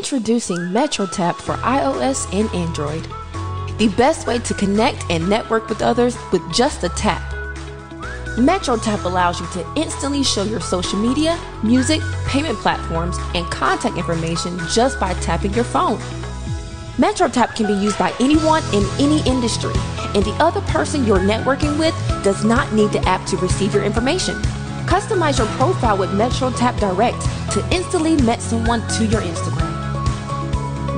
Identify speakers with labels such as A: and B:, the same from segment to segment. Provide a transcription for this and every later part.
A: Introducing MetroTap for iOS and Android. The best way to connect and network with others with just a tap. MetroTap allows you to instantly show your social media, music, payment platforms, and contact information just by tapping your phone. MetroTap can be used by anyone in any industry, and the other person you're networking with does not need the app to receive your information. Customize your profile with MetroTap Direct to instantly match someone to your Instagram.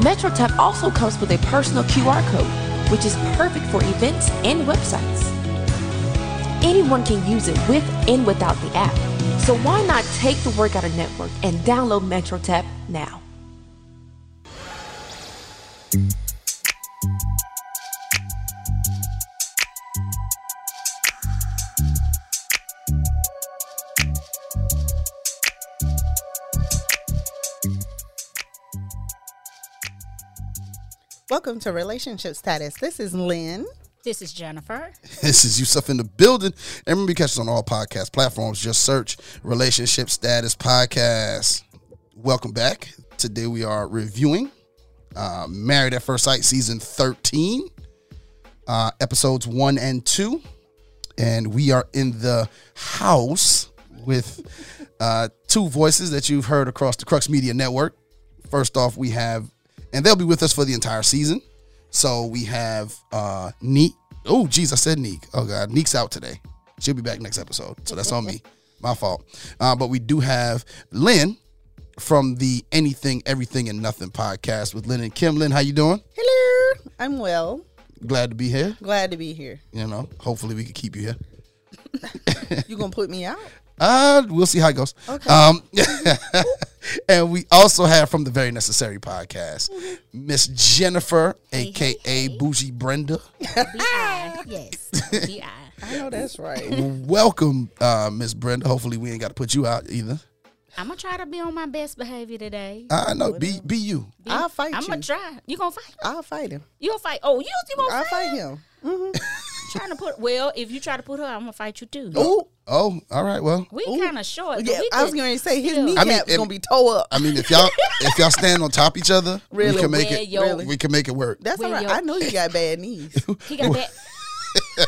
A: MetroTap also comes with a personal QR code, which is perfect for events and websites. Anyone can use it with and without the app, so why not take the work out of network and download MetroTap now?
B: Welcome to Relationship Status. This is Lynn.
C: This is Jennifer.
D: This is Yusuf in the building. And remember, you catch us on all podcast platforms. Just search Relationship Status Podcast. Welcome back. Today we are reviewing uh, Married at First Sight Season 13, uh, episodes 1 and 2. And we are in the house with uh, two voices that you've heard across the Crux Media Network. First off, we have, and they'll be with us for the entire season. So we have uh, Neek. Oh, geez, I said Neek. Oh, God. Neek's out today. She'll be back next episode. So that's on me. My fault. Uh, but we do have Lynn from the Anything, Everything, and Nothing podcast with Lynn and Kim. Lynn, how you doing?
B: Hello. I'm well.
D: Glad to be here.
B: Glad to be here.
D: You know, hopefully we can keep you here.
B: You gonna put me out?
D: Uh, we'll see how it goes.
B: Okay.
D: Um, and we also have from the Very Necessary podcast,
B: Mm-hmm.
D: Miss Jennifer, aka Bougie Brenda.
B: Ah!
C: B.I. Yes. B.I.
B: I know that's right.
D: Welcome, uh, Miss Brenda. Hopefully we ain't got to put you out either.
C: I'm going to try to be on my best behavior today.
D: I know. Be be you.
B: I'll fight
C: I'm going
B: you.
C: to try. You going to fight?
B: I'll fight him.
C: You going to fight? Oh, you, you going
B: I'll
C: to fight?
B: fight him.
C: Trying to put, well, if you try to put her, I'm going to fight you too.
B: Ooh.
D: Oh, all right. Well,
C: We kind of short. but
B: Yeah,
C: we
B: I was
C: could
B: gonna say his
C: still-
B: kneecap's
D: I mean, if-
B: gonna be tore up.
D: I mean, if y'all if y'all stand on top of each other,
B: Really?
D: we can make
C: Well,
D: it.
C: yo. Really?
D: We can make it work.
B: That's all
C: Well,
B: right.
C: yo-
B: I know you got bad knees.
C: He got that.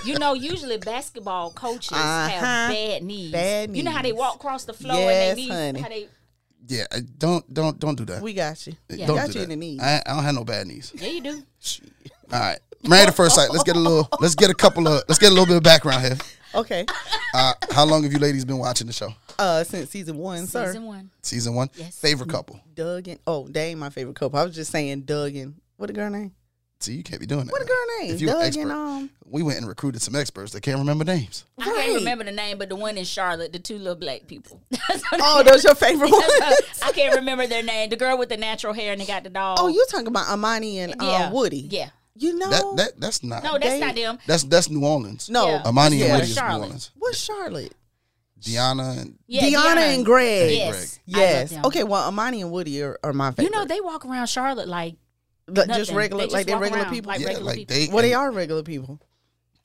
C: You know, usually basketball coaches
B: Uh-huh.
C: have bad knees.
B: Bad
C: You know how they
B: knees.
C: walk across the floor
B: Yes,
C: and they knees,
B: honey.
C: how they,
D: Yeah. I- Don't don't don't do that. Uh,
B: we got you.
C: Yeah.
D: Don't
B: Got
D: do
B: you
D: that.
B: in the knees.
D: I, I don't have no bad knees.
C: yeah, you do.
D: All right. Married at first sight. Let's get a little. Let's get a couple of. Let's get a little bit of background here.
B: Okay.
D: Uh, how long have you ladies been watching the show?
B: Uh, since season one,
C: Season
B: sir.
C: one.
D: Season one.
C: Yes.
D: Favorite couple.
B: Doug and oh, they ain't my favorite couple. I was just saying Doug and what a girl name.
D: See, you can't be doing that.
B: What a
D: now.
B: girl name.
D: If you an
B: Doug
D: expert.
B: and um.
D: We went and recruited some experts that can't remember names.
C: I
B: Right.
C: can't remember the name, but the one in Charlotte, the two little black people.
B: Oh, those your favorite one.
C: I can't remember their name. The girl with the natural hair and they got the dog.
B: Oh, you talking about Amani and um, Woody?
C: uh, Yeah.
B: You know
D: That that that's not.
C: No, that's
B: They-
C: not them.
D: That's that's New Orleans.
B: No.
C: Yeah.
D: Amani
B: Yeah.
D: and Woody is New
C: Charlotte.
D: Orleans.
B: What's Charlotte?
D: Deanna and
C: Yeah,
B: Deanna, and Greg.
C: Yes. I love
B: Yes.
C: them.
B: Okay. Well, Amani and Woody are, are my favorite.
C: You know, they walk around Charlotte like
B: Like,
C: nothing.
B: just regular,
C: They just
B: like they're
C: walk
B: regular
C: around
B: people.
C: like
D: yeah,
C: regular
D: like
C: people.
D: they.
B: well, they
D: and
B: are regular people.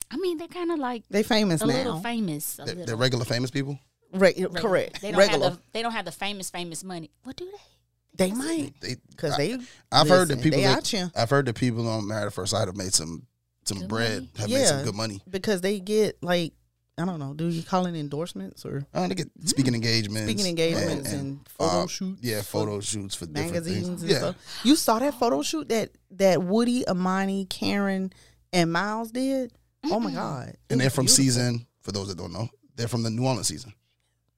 C: I mean, they're kind of like
B: They famous
C: a
B: now.
C: little famous. A
D: They're,
C: little.
D: they're regular famous people.
B: Re-
C: regular.
B: Correct.
C: They don't
B: regular.
C: have the they don't have the famous famous money. What do they?
B: they might
D: They
B: because they.
D: I've heard that
B: listen,
D: people
B: They
D: that-
B: out you
D: I've heard that people on Married at First Sight have made some some
C: Good
D: bread,
C: money.
D: have made
B: Yeah.
D: some good money.
B: because they get like I don't know. Do you call it endorsements or
D: Uh, they get speaking engagements,
B: Mm. speaking engagements and, photo
D: uh,
B: shoots?
D: Yeah,
B: for
D: photo shoots for
B: magazines
D: different
B: and
D: things. yeah,
B: stuff. You saw that photo shoot that that Woody, Amani, Karen, and Miles did. Oh my God! It
D: and they're
B: was
D: from
B: beautiful.
D: season. For those that don't know, they're from the New Orleans season.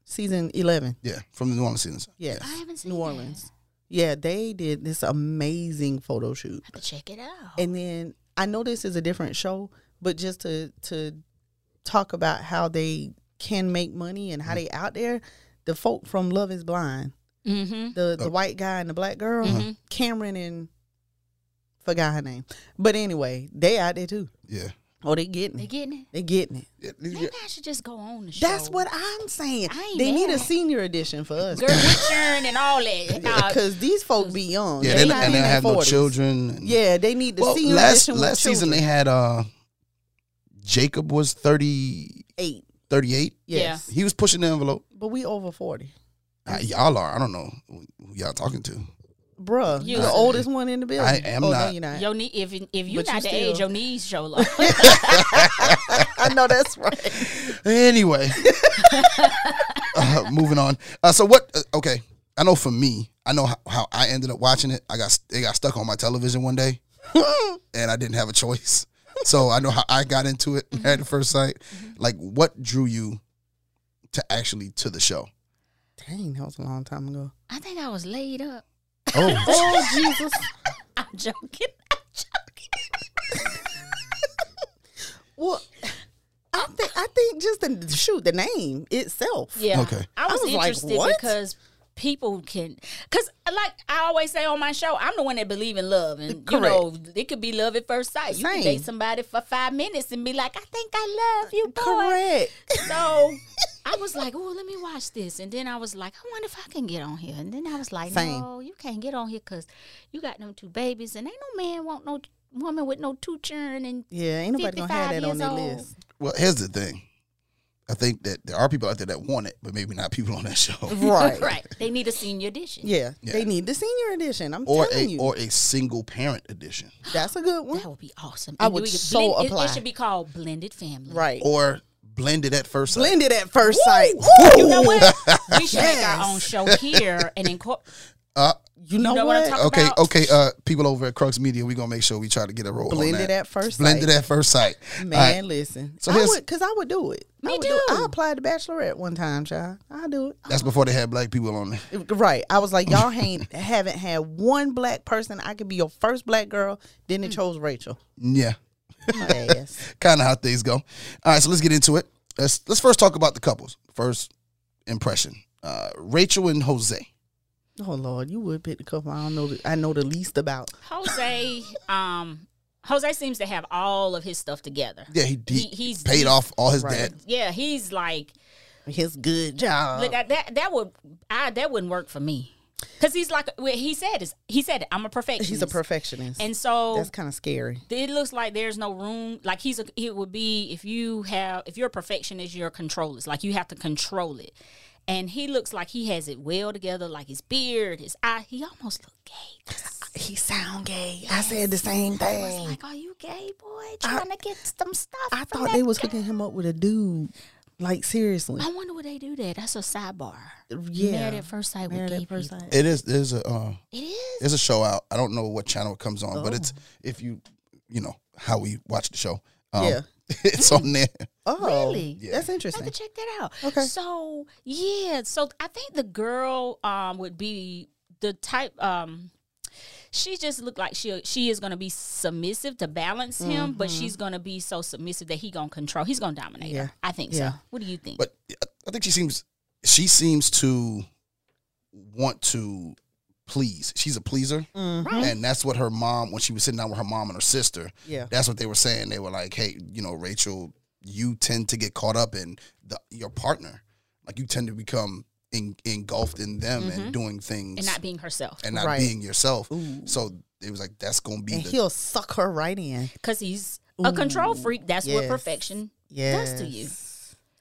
B: season eleven.
D: Yeah, from the New Orleans season.
B: Yes,
C: I haven't seen
B: New
C: that.
B: Orleans. Yeah, they did this amazing photo shoot.
C: I could check it out.
B: And then I know this is a different show, but just to to talk about how they can make money and how
D: Mm-hmm.
B: they out there, the folk from Love Is Blind,
C: Mm-hmm.
B: the
D: Oh.
B: the white guy and the black girl, Cameron and forgot her name, but anyway, they out there too.
D: Yeah,
B: Oh, they getting
C: They
B: it.
C: getting it.
B: They getting it.
D: yeah.
C: Maybe I should just go on the show.
B: That's what I'm saying.
C: I ain't
B: They need a
C: mad.
B: senior edition for us
C: girl with churn and all that. Nah,
B: because these folk be young.
D: yeah
B: They
D: they,
B: not in
D: and they
B: their
D: have no
B: 40s.
D: children. and-
B: Yeah, they need the
D: well,
B: senior
D: last
B: edition. with
D: last season they
B: children.
D: had uh, Jacob was 30,
B: eight.
D: 38.
B: Yes,
D: He was pushing the envelope.
B: but we over forty.
D: Uh, y'all are. I don't know who y'all talking to.
B: bruh,
C: You-
B: you the oldest one in the building.
D: I am
B: oh, No,
D: not.
B: you're not.
C: Your knee, if if you're
B: But
C: not
B: you
C: the age,
B: still-
C: your knees show up.
B: I know that's right.
D: Anyway, uh, moving on. Uh, so what? Uh, okay, I know for me, I know how, how I ended up watching it. I got it got stuck on my television one day, and I didn't have a choice. So I know how I got into it at the first sight.
B: Mm-hmm.
D: Like, what drew you to actually to the show?
B: Dang, that was a long time ago.
C: I think I was laid up.
D: Oh,
B: Oh Jesus!
C: I'm joking. I'm joking.
B: well, I think I think just the shoot the name itself.
C: Yeah.
D: Okay.
C: I was,
B: I was like,
C: interested
B: what?
C: because people can because like I always say on my show, I'm the one that believe in love and
B: Correct.
C: you know, it could be love at first sight. You can
B: Same.
C: date somebody for five minutes and be like, I think I love you, boy.
B: Correct.
C: So I was like, oh, let me watch this. And then I was like, I wonder if I can get on here. And then I was like,
B: Same.
C: no, you can't get on here because you got them two babies and ain't no man want no woman with no two children and
B: Yeah, ain't nobody gonna have
C: 55
B: that on
C: years
B: their
C: old.
B: list.
D: well, here's the thing. I think that there are people out there that want it, but maybe not people on that show,
B: Right.
C: right. They need a senior edition.
B: Yeah,
D: Yeah.
B: they need the senior edition. I'm
D: or
B: telling
D: a
B: you,
D: or a single parent edition,
B: that's a good one.
C: That would be awesome.
B: I
C: And
B: would
C: we could
B: so
C: blend- it-
B: apply.
C: It, should be called blended family.
B: Right.
D: or blended at first sight.
B: Blended at first sight.
C: You know what? We should make our own show here and incorporate.
B: You know,
C: know what I'm
B: what?
C: talking
D: Okay,
C: about-
D: okay. Uh, people over at Crux Media, we gonna make sure we try to get a roll. on
B: Blended
D: that.
B: at first
D: Oh, Blended
B: sight.
D: at first sight.
B: Man,
D: Alright,
B: listen. So
D: So
B: I
D: here's-
B: would, cause I would do it. I
C: Me
B: would do it.
C: too.
B: I applied to Bachelorette one time, child. I do it.
D: that's before they had black people on there.
B: Right. I was like, y'all ain't haven't had one black person. I could be your first black girl. Then
C: Mm.
B: they chose Rachel.
D: Yeah,
B: Yes.
D: kind of how things go. All right, so let's get into it. Let's let's first talk about the couples. First impression: uh, Rachel and Jose.
B: Oh Lord, you would pick the couple. I don't know. The, I know the least about.
C: Jose, um, Jose seems to have all of his stuff together.
D: Yeah, he, he,
C: He- he's-
D: paid
C: he's-
D: off all his
B: Right.
D: debt.
C: Yeah, he's like,
B: His good job.
C: look, I- that that would I that wouldn't work for me, because he's like well, he said is he said it, I'm a perfectionist.
B: He's a perfectionist.
C: and so
B: that's kind of scary.
C: it looks like there's no room. Like he's a, it would be if you have if you're a perfectionist, you're a controller. It's Like you have to control it. And he looks like he has it well together. Like his beard, his eye. He almost looked gay.
B: He sound gay. I said the same
C: It's
B: thing.
C: like, are you gay, boy? Trying to get some stuff.
B: I
C: from
B: thought
C: that
B: they was
C: guy?
B: hooking him up with a dude. Like seriously.
C: I wonder would they do that. That's a sidebar.
B: Yeah.
C: Married at first sight with
B: Married at
C: gay
B: first
C: people.
B: sight.
D: It is there's a uh,
C: It is.
D: there's a show out. I don't know what channel it comes on, but it's
B: Oh.
D: if you you know how we watch the show. Um,
B: Yeah.
D: it's on there.
B: Oh,
C: Really?
B: That's
C: I
B: interesting.
C: have to check that out.
B: Okay.
C: So yeah, so I think the girl um would be the type um she just looked like she she is gonna be submissive to balance him, but she's gonna be so submissive that he gonna control. He's gonna dominate
B: Mm-hmm. Yeah.
C: her. I think
B: Yeah.
C: so. What do you think?
D: but I- I think she seems she seems to want to please. She's a pleaser,
B: Mm-hmm.
D: and that's what her mom when she was sitting down with her mom and her sister.
B: Yeah.
D: that's what they were saying. They were like, "Hey, you know, Rachel, you tend to get caught up in the, your partner. Like you tend to become en- engulfed in them and doing things
C: and not being herself
D: and not
B: Mm-hmm. Right.
D: being yourself." So it was like that's gonna be
B: And
D: the
B: he'll suck her right in.
C: because he's a control freak. That's what
B: yes.
C: perfection
B: Yes.
C: does to you.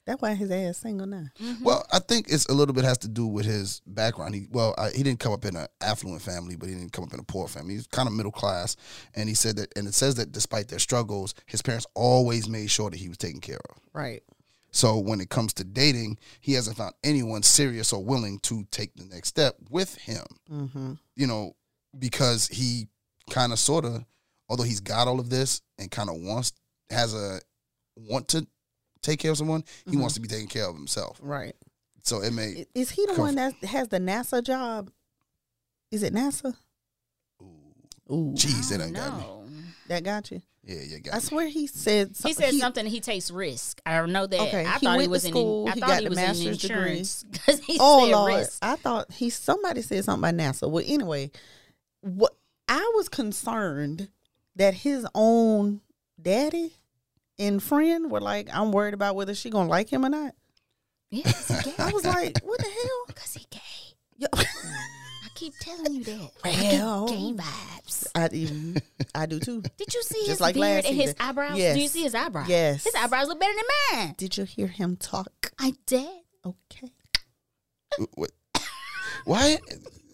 B: That's why his ass single now.
D: Well, I think it's a little bit has to do with his background. He well, I, he didn't come up in an affluent family, but he didn't come up in a poor family. He's kind of middle class, and he said that, and it says that despite their struggles, his parents always made sure that he was taken care of.
B: Right.
D: So when it comes to dating, he hasn't found anyone serious or willing to take the next step with him. You know, because he kind of, sort of, although he's got all of this and kind of wants has a want to take care of someone, he wants to be taken care of himself.
B: Right.
D: So it may.
B: I- Is he the
D: Come-
B: one that has the NASA job? Is it NASA? Ooh,
D: Jeez,
C: I
D: that
C: don't
D: done got me.
C: know.
B: that got you.
D: Yeah, yeah, got
B: I
D: me.
B: swear he said
C: He
B: something.
C: said something. He takes risk. I know that.
B: Okay,
C: I
B: he
C: thought
B: went
C: he
B: to
C: was in.
B: school,
C: I
B: he
C: thought
B: got
C: he
B: the
C: was in
B: master's degree.
C: insurance because he
B: Oh
C: said
B: Lord,
C: risk.
B: I thought he somebody said something about NASA. Well, anyway, what I was concerned that his own daddy and friend were like, I'm worried about whether she gonna like him or not.
C: Yes, he
B: I
C: gay.
B: was like, what the hell?
C: Because he gay.
B: Yeah.
C: I keep telling you that.
B: Well.
C: I get gay vibes.
B: I do, I do too.
C: Did you see
B: Just
C: his
B: like
C: beard
B: last
C: and his
B: season.
C: eyebrows?
B: Yes.
C: Do you see his eyebrows?
B: Yes.
C: His eyebrows look better than mine.
B: Did you hear him talk?
C: I did.
B: Okay.
D: What? Why?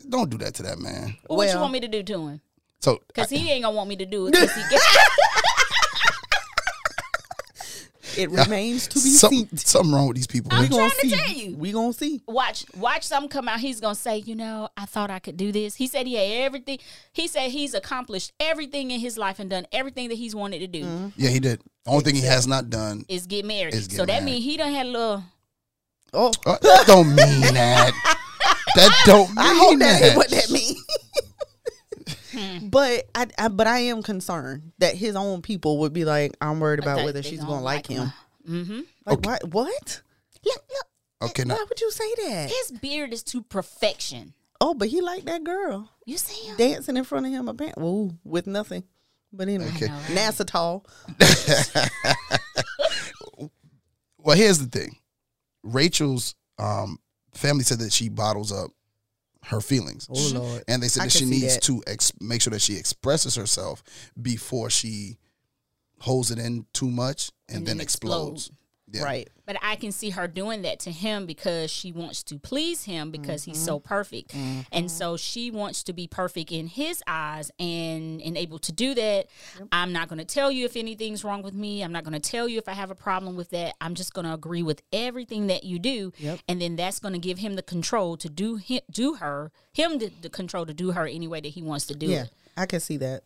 D: don't do that to that man.
C: What you
B: Well-
C: want me to do to him?
D: So
C: Because he ain't gonna want me to do it. 'cause he get-
B: It remains to be
D: something,
B: seen.
D: something wrong with these people.
B: We
D: man.
B: gonna
C: trying to
B: see.
C: tell you.
B: We gonna see.
C: watch, watch something come out. He's gonna say, you know, I thought I could do this. He said he had everything. He said he's accomplished everything in his life and done everything that he's wanted to do
B: Mm-hmm.
D: Yeah, he did. The only thing he has not done.
C: is get married.
D: Is get
C: so that
D: married.
C: means he done had a little.
B: Oh,
D: Uh, that don't mean that. That don't mean
B: I hope
D: that.
B: that ain't what that means.
C: Hmm.
B: but I, I, but I am concerned that his own people would be like, I'm worried about
C: they-
B: whether
C: they
B: she's
C: don't
B: gonna like,
C: like
B: him.
C: Mm-hmm.
B: Like what? What?
C: Look, look,
D: Okay, now
B: Why would you say that?
C: his beard is to perfection.
B: Oh, but he liked that girl
C: You see him?
B: dancing in front of him, apparently, ooh, with nothing. But anyway,
D: Okay.
C: know, right?
B: NASA tall.
D: well, here's the thing. Rachel's um, family said that she bottles up her feelings,
B: Oh Lord.
D: and they said
B: I
D: that
B: can
D: she
B: see
D: needs
B: that.
D: to ex- make sure that she expresses herself before she holds it in too much and,
C: And
D: then,
C: then
D: explodes. Yeah.
B: Right.
C: But I can see her doing that to him because she wants to please him because he's so
B: Mm-hmm.
C: perfect. And so she wants to be perfect in his eyes and, and able to do that. I'm not going to tell you if anything's wrong with me. I'm not going to tell you if I have a problem with that. I'm just going to agree with everything that you do. And then that's going to give him the control to do him, do her, him the, the control to do her any way that he wants to do
B: Yeah,
C: it.
B: I can see that.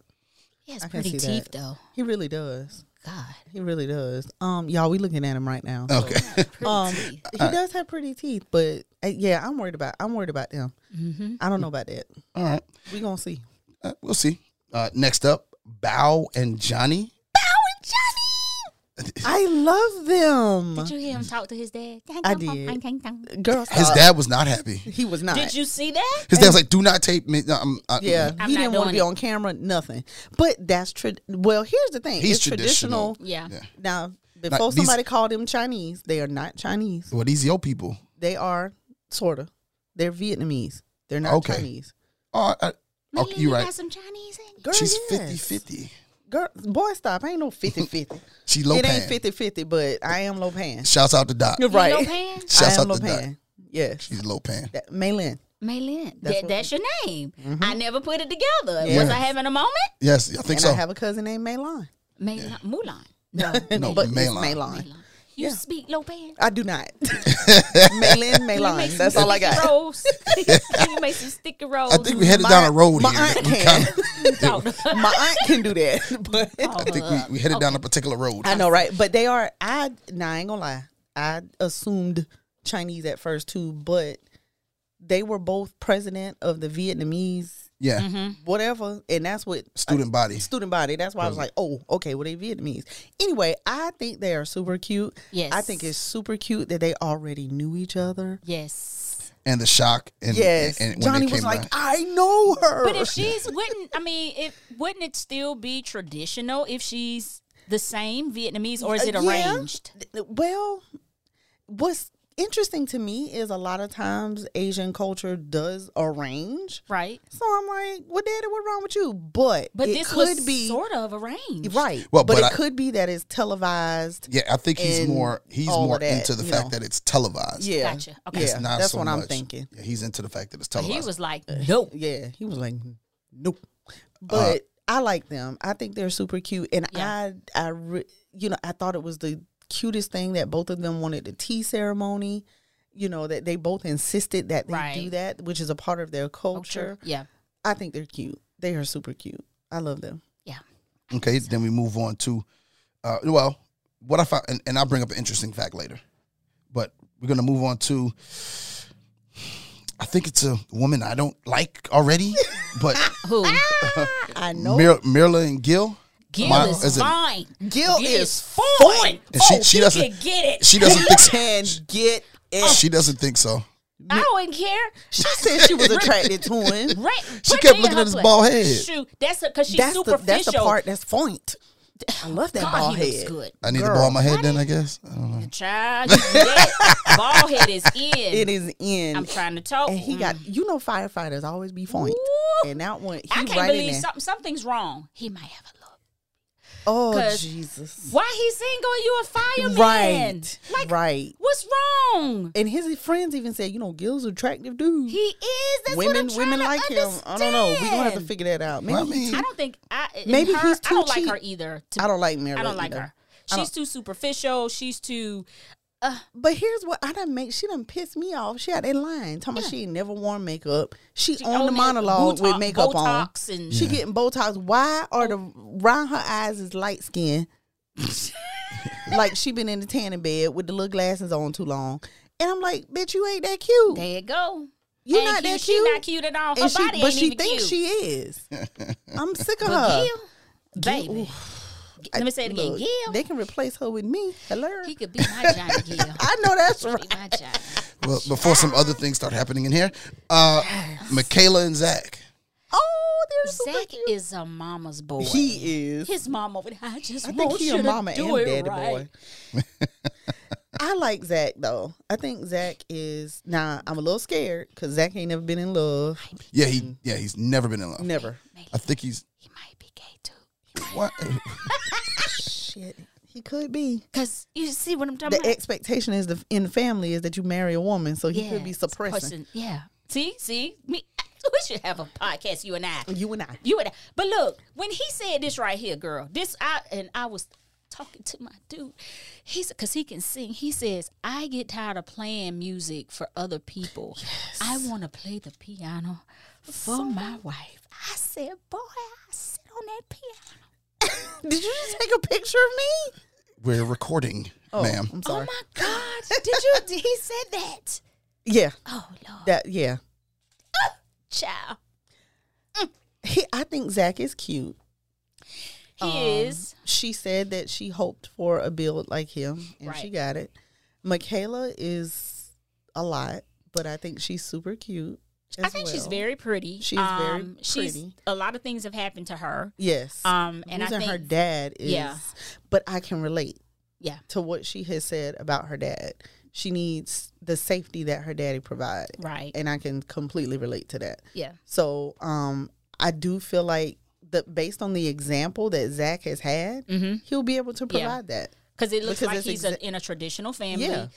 C: He has
B: I can
C: pretty
B: see that.
C: teeth though.
B: He really does.
C: God.
B: He really does. Um, y'all, we looking at him right now.
D: Okay.
C: Pretty
B: Um,
C: teeth.
B: he does have pretty teeth, but uh, yeah, I'm worried about. I'm worried about them.
C: Mm-hmm.
B: I don't know about that.
D: All right.
B: We gonna see.
D: Uh, we'll see. Uh, next up, Bow and Johnny.
B: I love them.
C: Did you hear him talk to his dad?
B: I did. Girl,
D: His
B: stop.
D: dad was not happy.
B: He was not.
C: Did you see that?
D: His dad's like, "Do not tape me." No, I'm, I,
B: Yeah,
C: I'm
B: he
C: not
B: didn't want to
C: doing
B: be
C: it.
B: on camera. Nothing. But that's true. Well, here's the thing.
D: He's
B: it's traditional.
C: Yeah.
D: Yeah.
B: Now, before
D: these-
B: somebody called them Chinese, they are not Chinese.
D: Well, these yo people.
B: They are sort of. They're Vietnamese. They're not
D: Okay.
B: Chinese.
D: Oh, I,
C: Maybe
D: okay, you're right.
C: Got some Chinese in you.
B: Girl,
D: She's
B: yes.
D: 50-50.
B: Girl, boy, stop. I ain't no 50 50.
D: She low
B: it ain't
D: pan.
B: 50 50, but I am Lopan.
D: Shouts out to Doc.
B: You're
C: You know
B: right.
C: Pan?
B: I
D: Shouts
B: am
D: out to Doc.
B: Lopan. Yes.
D: She's low pan.
B: That, Maylin.
C: Maylin.
B: That's what-
C: That,
B: Mm-hmm.
C: that's your name. I never put it together.
B: Yeah.
C: Was I having a moment?
D: Yes, I think
B: And
D: so.
B: I have a cousin named Maylon.
C: Maylin. Mulan. No.
D: No,
B: but it's
D: Maylon.
B: Maylon.
C: Maylon. You speak Lopan.
B: I do not. Maylin, Maylon. That's all I got.
C: Rolls. Can you make some sticky rolls?
D: I think we headed down a road
B: my
D: here.
B: aunt
D: We
B: can.
D: kinda-
B: my aunt can do that. But
D: I think we, we headed down a particular road.
B: I know, right? But they are. I nah, I ain't gonna lie. I assumed Chinese at first too, but they were both president of the Vietnamese
D: Yeah,
B: Mm-hmm. whatever, and that's what
D: student body.
B: student body. That's why I was like, oh, okay, well they Vietnamese. Anyway, I think they are super cute.
C: Yes.
B: I think it's super cute that they already knew each other.
C: Yes.
D: And the shock. And,
B: Yes,
D: and, and when
B: Johnny
D: they
B: was
D: came
B: like,
D: around-
B: I know her.
C: But if she's wouldn't I mean it wouldn't it still be traditional if she's the same Vietnamese or is it
B: Uh, yeah.
C: arranged?
B: Th- Well, what's interesting to me is a lot of times Asian culture does arrange.
C: Right.
B: So I'm like, well, daddy, what wrong with you? But,
C: But
B: it
C: this
B: could
C: was
B: be
C: sort of arranged.
B: right.
D: Well,
B: but,
D: but
B: it
D: I-
B: could be that it's televised.
D: yeah, I think he's
B: and
D: more he's
B: all of
D: more
B: that,
D: into the
B: you
D: fact
B: know.
D: that it's televised.
B: Yeah,
C: Gotcha. Okay.
D: It's
B: yeah,
D: not
B: that's
D: so
B: what I'm
D: much-
B: thinking.
D: Yeah, he's into the fact that it's
C: He
D: televised.
C: was like, nope.
B: Uh, Yeah, he was like, nope. But I like them. I think they're super cute, and
C: Uh, Yeah.
B: I, I, re- you know, I thought it was the cutest thing that both of them wanted the tea ceremony. You know that they both insisted that they do
C: Right.
B: that, which is a part of their culture.
C: Yeah.
B: I think they're cute. They are super cute. I love them.
C: Yeah.
D: Okay, then we move on to, uh, well, what I found, and, and I'll bring up an interesting fact later, but we're gonna move on to. I think it's a woman I don't like already, but
C: Who? Ah!
B: I know.
D: Mir- Mirla and Gil.
C: Gil
D: My-
C: is,
D: is it-
C: fine.
B: Gil
C: Gil
B: is
C: is fine.
D: And she-
C: Oh,
D: she doesn't-
C: can get it.
D: She doesn't think. So.
B: Can get
C: Oh,
B: it.
D: She doesn't think so.
C: I don't care.
B: She said she was attracted to him.
C: Right.
D: She
C: right
D: kept
C: there,
D: looking at his
C: Hustler.
D: bald head.
C: Shoot, that's because she's
B: That's the,
C: superficial.
B: that's the part that's point. I love that
C: God,
B: bald
C: he looks
B: head.
C: good.
D: I need to
B: Girl.
D: ball my head then. I guess. I don't know.
C: Child, you get it. bald head is in.
B: It is in.
C: I'm trying to talk. Mm.
B: and he got you know firefighters always be point.
C: Woo.
B: And that one he
C: I can't
B: right in
C: believe
B: there.
C: something, something's wrong. He might have a look.
B: Oh
C: 'Cause
B: Jesus!
C: Why he single? and You a fireman?
B: Right,
C: Like
B: right.
C: what's wrong?
B: And his friends even said, you know, Gil's an attractive dude.
C: He is. That's what
B: women,
C: I'm
B: women
C: trying
B: like
C: to
B: him. I don't know. We gonna have to
C: understand.
B: figure that out. Maybe
D: Well, I
B: he-
D: mean,
C: I don't think I. in
B: Maybe
C: her,
B: he's
C: I don't
B: too
C: like her
B: cheap.
C: either. To,
B: I don't like Mary.
C: I don't like
B: either.
C: her. She's too superficial. She's too.
B: But here's what I done make. She done pissed me off. She had that line talking about she ain't never worn makeup. She, on the
C: only
B: monologue with
C: Botox-
B: makeup on. Mm.
C: Botox and
B: She getting Botox. Why are the round her eyes is light skin? like she been in the tanning bed with the little glasses on too long. And I'm like, bitch, you ain't that cute.
C: there you go.
B: You
C: Ain't
B: not that
C: She
B: cute.
C: not cute at all. Her
B: And she,
C: body
B: but
C: ain't
B: she
C: even
B: thinks
C: cute.
B: she is. I'm sick of
C: But
B: her.
C: Gil, baby. Let me say it again.
B: Look,
C: Gil,
B: They can replace her with me. Hello.
C: he could be my Johnny Gil.
B: I know that's
C: Be
B: right.
C: my Johnny.
D: Well, before some other things start happening in here, uh, Michaela and Zach.
B: Oh, they're super
C: Zach
B: cute.
C: is a mama's boy.
B: He is.
C: His mama would. I just
B: I think
C: want
B: he
C: you
B: a
C: to
B: mama and
C: do it
B: daddy
C: right.
B: boy. I like Zach though. I think Zach is. Nah, I'm a little scared because Zach ain't never been in love.
D: Yeah, he yeah he's never been in love.
B: Never.
D: I think he's
C: He might be gay too.
D: what?
B: Shit, he could be.
C: Cause you see what I'm talking
B: The
C: about.
B: expectation is the in the family is that you marry a woman, so he could be
C: it's
B: suppressing
C: person. Yeah. See, see, me. We should have a podcast, you and I.
B: you and I.
C: You and I. But look, when he said this right here, girl, this I and I was talking to my dude. He's because he can sing. He says, "I get tired of playing music for other people. I want to play the piano for my wife." I said, "Boy, I sit on that piano."
B: Did you just take a picture of me?
D: We're recording,
B: Oh,
D: ma'am.
B: I'm sorry.
C: Oh my God! Did you? did he said that?
B: yeah,
C: Oh Lord,
B: that yeah.
C: child.
B: He, I think Zach is cute.
C: He is.
B: she said that she hoped for a build like him and she
C: Right.
B: got it. Michaela is a lot, but I think she's super cute.
C: I
B: as
C: think she's
B: well.
C: very pretty. Um,
B: She's very
C: She's
B: pretty.
C: a lot of things have happened to her.
B: yes.
C: Um, and I
B: Losing
C: think
B: her dad is
C: yeah.
B: but I can relate
C: yeah,
B: to what she has said about her dad. She needs the safety that her daddy provided.
C: right,
B: And I can completely relate to that.
C: yeah,
B: So um, I do feel like the based on the example that Zach has had,
C: Mm-hmm.
B: he'll be able to provide that.
C: because it looks
B: Because
C: like
B: it's
C: he's
B: exa-
C: a, in a traditional family.
B: Yeah.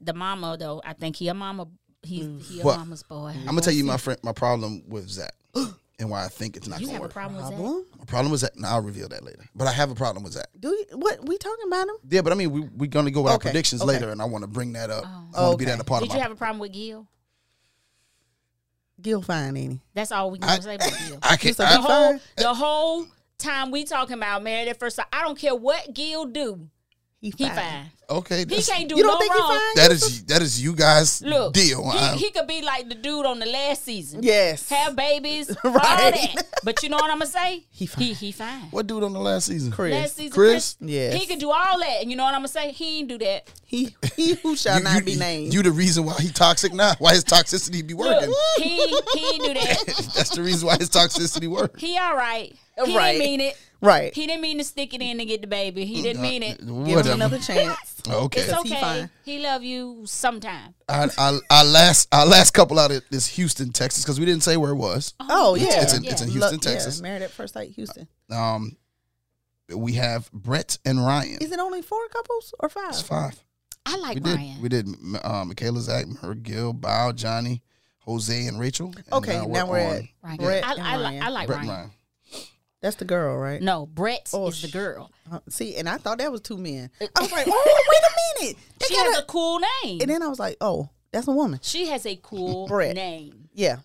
C: The mama though, I think he a mama. He's
B: Mm.
C: he a
D: Well,
C: mama's boy.
D: I'm gonna tell you my friend my problem with Zach and why I think it's not
C: you
D: gonna
C: have a
D: work.
C: problem with that?
B: Problem?
D: My problem with Zach, and I'll reveal that later. But I have a problem with Zach.
B: Do you, what we talking about him?
D: Yeah, but I mean we we're gonna go with our
B: Okay,
D: predictions
B: okay.
D: later, and I want to bring that up. I want to
B: Okay.
D: be that a part
C: Oh, Did
D: of
C: you
D: my.
C: have a problem with Gil?
B: Gil fine any.
C: That's all we
D: I-
C: can say about Gil.
D: I can.
B: He's a
D: I-
C: The whole
B: fine.
C: the whole time we talking about married at first sight. I don't care what Gil do.
B: He
C: He
B: fine.
C: fine.
D: okay,
C: He
D: that's-
C: can't do
B: You don't
C: no
B: think he
C: wrong.
B: fine?
D: that is that is you guys
C: Look,
D: deal. uh-uh. um,
C: He,
D: I-
C: he could be like the dude on the last season.
B: Yes.
C: have babies, all
B: Right.
C: that. But you know what I'm gonna say? He
B: fine.
C: He, fine.
D: what dude on the last season?
C: Last season, Chris,
D: Chris?
B: Yes.
C: he could do all that, and you know what I'm gonna say? He ain't do that.
B: He he who shall
D: You-
B: not
D: you,
B: be named.
D: You the reason why he toxic now. Why his toxicity be working?
C: Look, he he ain't do that.
D: That's the reason why his toxicity works.
C: He all right. He
B: Right.
C: didn't mean it.
B: right.
C: He didn't mean to stick it in and get the baby. He didn't mean it.
B: Give him
D: Uh, Whatever.
B: another chance.
D: Okay.
C: It's
B: Because he
C: okay.
B: fine.
C: He love you sometime.
D: Our, our, our last our last couple out of this Houston, Texas, because we didn't say where it was.
B: Oh yeah.
D: It's in, it's in
C: Yeah.
D: Houston,
B: Look, yeah,
D: Texas.
B: married at first sight, Houston.
D: Um, we have Brett and Ryan.
B: Is it only four couples or
D: It's
B: five?
D: five.
C: I like
D: We did.
C: Ryan.
D: We did. m- Uh, Michaela, Zach, her, Gil, Bao, Johnny, Jose, and Rachel. And
B: Okay, now we're at-
C: Ryan.
B: Brett
C: I,
B: and
C: I,
B: Ryan.
C: Like, I like
D: Brett
C: Ryan.
D: and Ryan.
B: That's the girl, right?
C: No, Brett
B: Oh,
C: is the
B: sh-
C: girl.
B: Uh, See, and I thought that was two men. I was like, oh, wait a minute. They
C: She
B: got
C: has
B: a-
C: a cool name.
B: and then I was like, oh, that's a woman.
C: she has a cool
B: Brett.
C: name.
B: Yeah.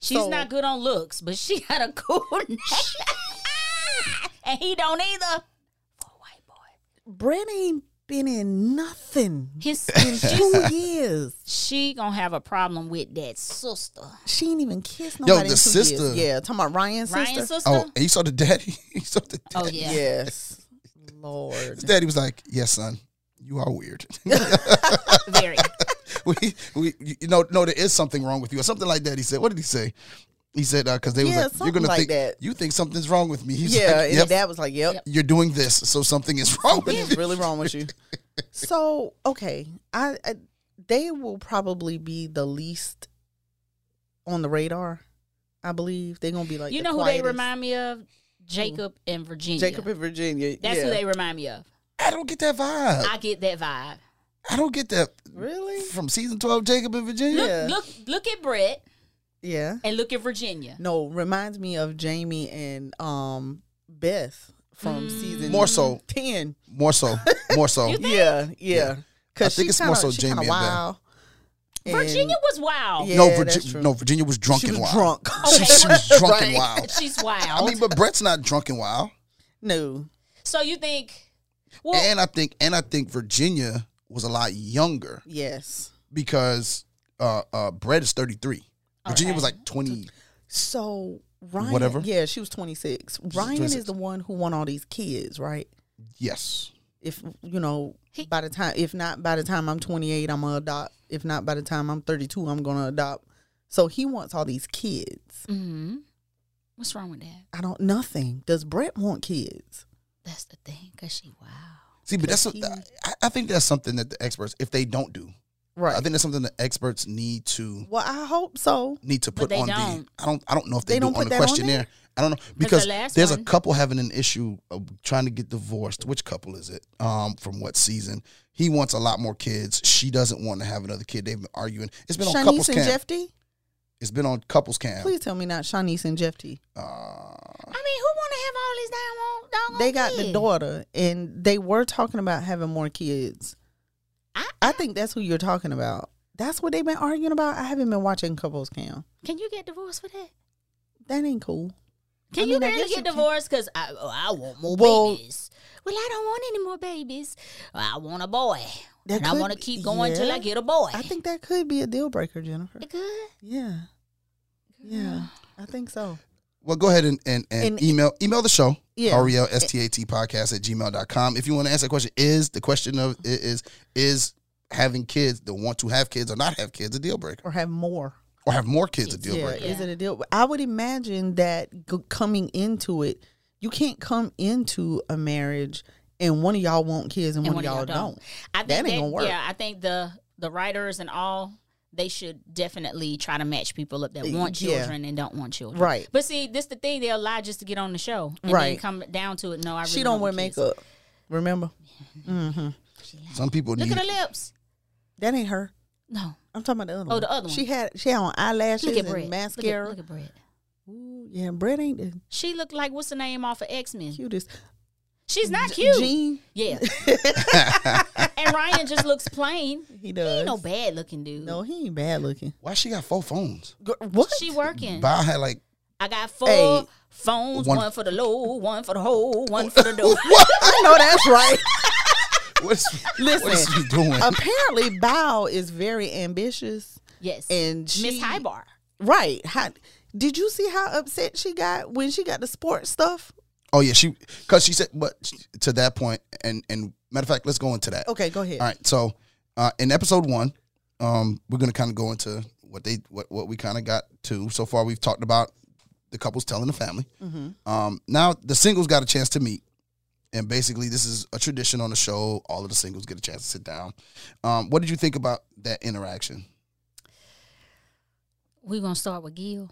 C: She's
B: So-
C: not good on looks, but she got a cool name. and he don't either. Poor white boy.
B: Brett ain't been in nothing
C: His
B: in two years.
C: she gonna have a problem with that sister.
B: She ain't even kissed
D: the
B: nobody. in two
D: sister.
B: Years. Yeah, talking about Ryan's sister.
C: Ryan's sister.
D: Oh, and you saw the daddy. you saw the daddy.
C: Oh, yeah.
B: Yes.
D: His
B: Lord.
D: daddy was like, "Yes, son, you are weird.
C: Very.
D: we, we, you know, no, there is something wrong with you, or something like that." He said, "What did he say?" He said, "Because they was
B: Yeah,
D: like, you're
B: something
D: gonna
B: like
D: think
B: that.
D: you think something's wrong with me." He's
B: Yeah,
D: like,
B: and
D: "Yep,
B: dad was like, yep,
D: you're doing this, so something is wrong with
B: It's
D: you."
B: really wrong with you. so, okay. I, I they will probably be the least on the radar, I believe. They're gonna be like
C: you
B: the
C: know who
B: quietest.
C: they remind me of? Jacob and Virginia.
B: Jacob in Virginia.
C: That's
B: yeah. Uh,
C: who they remind me of.
D: I don't get that vibe. I,
C: I get that vibe.
D: don't get that
B: really.
D: from season twelve. Jacob and Virginia.
B: Yeah.
C: Look, look at Brett
B: Yeah.
C: and look at Virginia.
B: No, reminds me of Jamie and um Beth from
C: Mm.
B: season
D: More so.
B: ten.
D: More so. More so.
B: Yeah, yeah.
D: I
B: Because
D: think it's more so Jamie and Beth.
B: and
C: Virginia was wild.
B: Yeah,
D: no,
B: that's true.
D: Virgi- no, Virginia was drunk
B: She
D: and
B: was
D: wild.
B: drunk.
D: she, she was drunk and wild.
C: She's wild.
D: I mean, but Brett's not drunk and wild.
B: No,
C: so you think? Well,
D: and I think and I think Virginia was a lot younger
B: yes.
D: because uh, uh, Brett is thirty three. Virginia was like twenty.
B: So Ryan,
D: Whatever.
B: Yeah, she was twenty six. Ryan
D: 26.
B: is the one who won all these kids, right?
D: Yes,
B: If you know, by the time, if not by the time I'm twenty eight, I'm gonna adopt. If not by the time I'm thirty two, I'm gonna adopt. So he wants all these kids.
C: mhm. what's wrong with that?
B: I don't nothing. Does Brett want kids?
C: That's the thing, cause she wow.
D: see, but that's I, I think that's something that the experts, if they don't do,
B: Right.
D: I think that's something the experts need to
B: well, I hope so.
D: need to
C: But
D: put
C: they
D: on
C: don't.
D: the. I don't. I don't know if they,
B: They
D: do
B: don't
D: on
B: put
D: the
B: that on
D: questionnaire.
B: there?
D: I don't know
C: the
D: because
C: last
D: there's a
C: one-
D: couple having an issue of trying to get divorced. Which couple is it? Um, from what season? He wants a lot more kids. She doesn't want to have another kid. They've been arguing. It's been on couples
B: Shanice and
D: camp.
B: Jeff D.
D: it's been on couples camp. Uh,
B: Please tell me not Shanice and Jeff T.
C: I mean, who want to have all these damn old
B: They got the daughter, and they were talking about having more kids.
C: I-
B: I think that's who you're talking about. That's what they've been arguing about. I haven't been watching couples cam.
C: Can you get divorced for that?
B: That ain't cool.
C: Can
B: I
C: you
B: mean, I
C: really
B: guess you
C: get
B: can.
C: divorced? Because I, oh, I want more
B: Well-
C: babies. Well, I don't want any more babies. I want a boy.
B: That
C: and I
B: could
C: want to
B: be-
C: keep going till
B: yeah.
C: I get a boy.
B: I think that could be a deal breaker, Jennifer.
C: It could.
B: Yeah, yeah, I think so.
D: Well, go ahead and, and, and,
B: And-
D: email email the show. E
B: Yeah.
D: REL STAT podcast at gmail.com. If you want to ask that question, is the question of i- is is having kids that want to have kids or not have kids a deal breaker?
B: Or have more.
D: Or have more kids a deal
B: yeah,
D: breaker?
B: is it a deal? I would imagine that g- coming into it, you can't come into a marriage and one of y'all want kids and, one of y'all don't.
C: I think
B: That ain't gonna work.
C: Yeah, I think the the writers and all they should definitely try to match people up that want
B: yeah.
C: children and don't want children.
B: Right.
C: But see, this the thing they'll lie just to get on the show. And Then
B: Right.
C: come down to it. No, I. Really
B: She don't wear
C: want kids.
B: makeup. Remember? Mm-hmm.
D: Some people
C: Look
D: need
C: at her lips.
B: That ain't her.
C: No.
B: I'm talking about the other
C: Oh, the other one.
B: She had she had on eyelashes
C: Look at
B: and
C: Brett.
B: mascara.
C: Look at, look at Brett.
B: Ooh, yeah, Brett ain't the
C: She looked like what's the name off of X Men.
B: cutest.
C: She's not cute.
B: Gene,
C: Yeah. and Ryan just looks plain.
B: he does.
C: Ain't no bad looking dude.
B: No, he ain't bad looking.
D: why she got four phones?
B: Gr- What?
C: She working.
D: Bow had like
C: I got four
B: Hey.
C: phones,
D: One-
C: one. for the low, one for the hole, one for the door.
B: I know that's right.
D: what is, what is
B: Listen.
D: she doing?
B: Apparently, Bow is very ambitious,
C: yes.
B: and she
C: Miss Highbar.
B: Right? How, did you see how upset she got when she got the sports stuff?
D: oh yeah, she because she said but to that point and and matter of fact, let's go into that.
B: Okay, go ahead.
D: All right. So uh, in episode one, um, we're gonna kind of go into what they what, what we kind of got to so far. We've talked about the couples telling the family.
B: Mm-hmm.
D: Um, now the singles got a chance to meet, and basically this is a tradition on the show. All of the singles get a chance to sit down. Um, what did you think about that interaction?
C: We're going to start with Gil.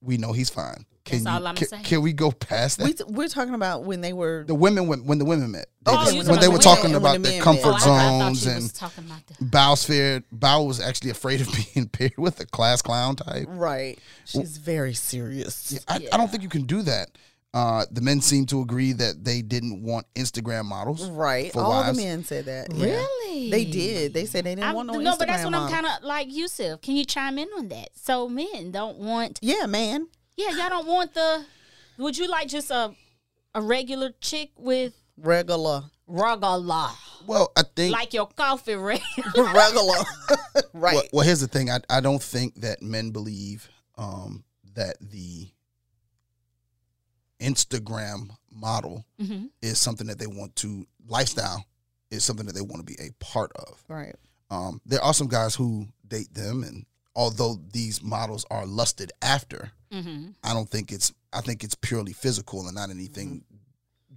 D: We know he's fine. Can
C: That's
D: you,
C: all I'ma
D: can,
C: say.
D: can we go past that?
B: We t- we're talking about when they were
D: the women when, when the women met. They
B: Oh,
D: just-
C: you
D: when
C: talking
D: they
C: about
D: were
C: the
D: talking
B: women and
D: about
B: when the
D: their
B: men
D: comfort
B: met.
C: Oh, I, thought- I thought
D: zones
C: she
D: and
C: was talking about the.
D: Bow feared Bow was actually afraid of being paired with a class clown type.
B: right. She's very serious.
D: Yeah, I, I don't think you can do that. Uh, the men seem to agree that they didn't want Instagram models.
B: Right.
D: For
B: All
D: wives.
B: the men said that. Yeah.
C: Really?
B: They did. They said they didn't
C: I'm-
B: want no,
C: no, but that's
B: Instagram
C: what I'm
B: model.
C: kind of like, Yusuf. Can you chime in on that? So men don't want.
B: Yeah, man.
C: Yeah, y'all don't want the. Would you like just a a regular chick with
B: Regular.
C: regular,
D: Well, I think.
C: like your coffee regular?
B: Regular. right.
D: well, well, here's the thing. I, I don't think that men believe um, that the Instagram model
C: Mm-hmm.
D: is something that they want to lifestyle is something that they want to be a part of.
B: Right.
D: Um, there are some guys who date them, and although these models are lusted after,
C: Mm-hmm.
D: I don't think it's I think it's purely physical and not anything
B: Mm-hmm.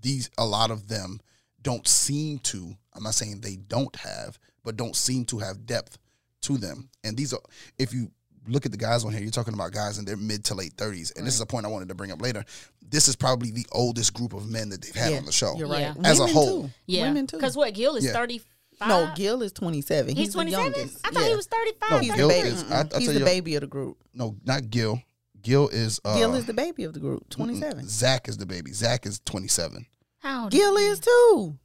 D: these a lot of them don't seem to I'm not saying they don't have but don't seem to have depth to them and these are if you look at the guys on here. You're talking about guys in their mid to late 30s, and this is a point I wanted to bring up later. This is probably the oldest group of men that they've had on the show.
B: You're right.
C: Yeah.
D: As a
B: Women
D: whole.
B: too.
C: Yeah.
B: Women too.
C: Because what Gil is
D: Yeah.
C: thirty five.
B: no, Gil is 27.
C: He's
B: the
C: twenty seven.
B: youngest.
C: I thought
B: Yeah.
C: he was thirty five.
D: No,
B: He's
D: Gil
B: the baby.
D: is- I- I
B: he's
D: tell
B: the
D: you-
B: baby of the group.
D: No, not Gil. Gil is uh,
B: Gil is the baby of the group. 27.
D: Zach is the baby. Zach is 27.
C: How old
B: Gil is too.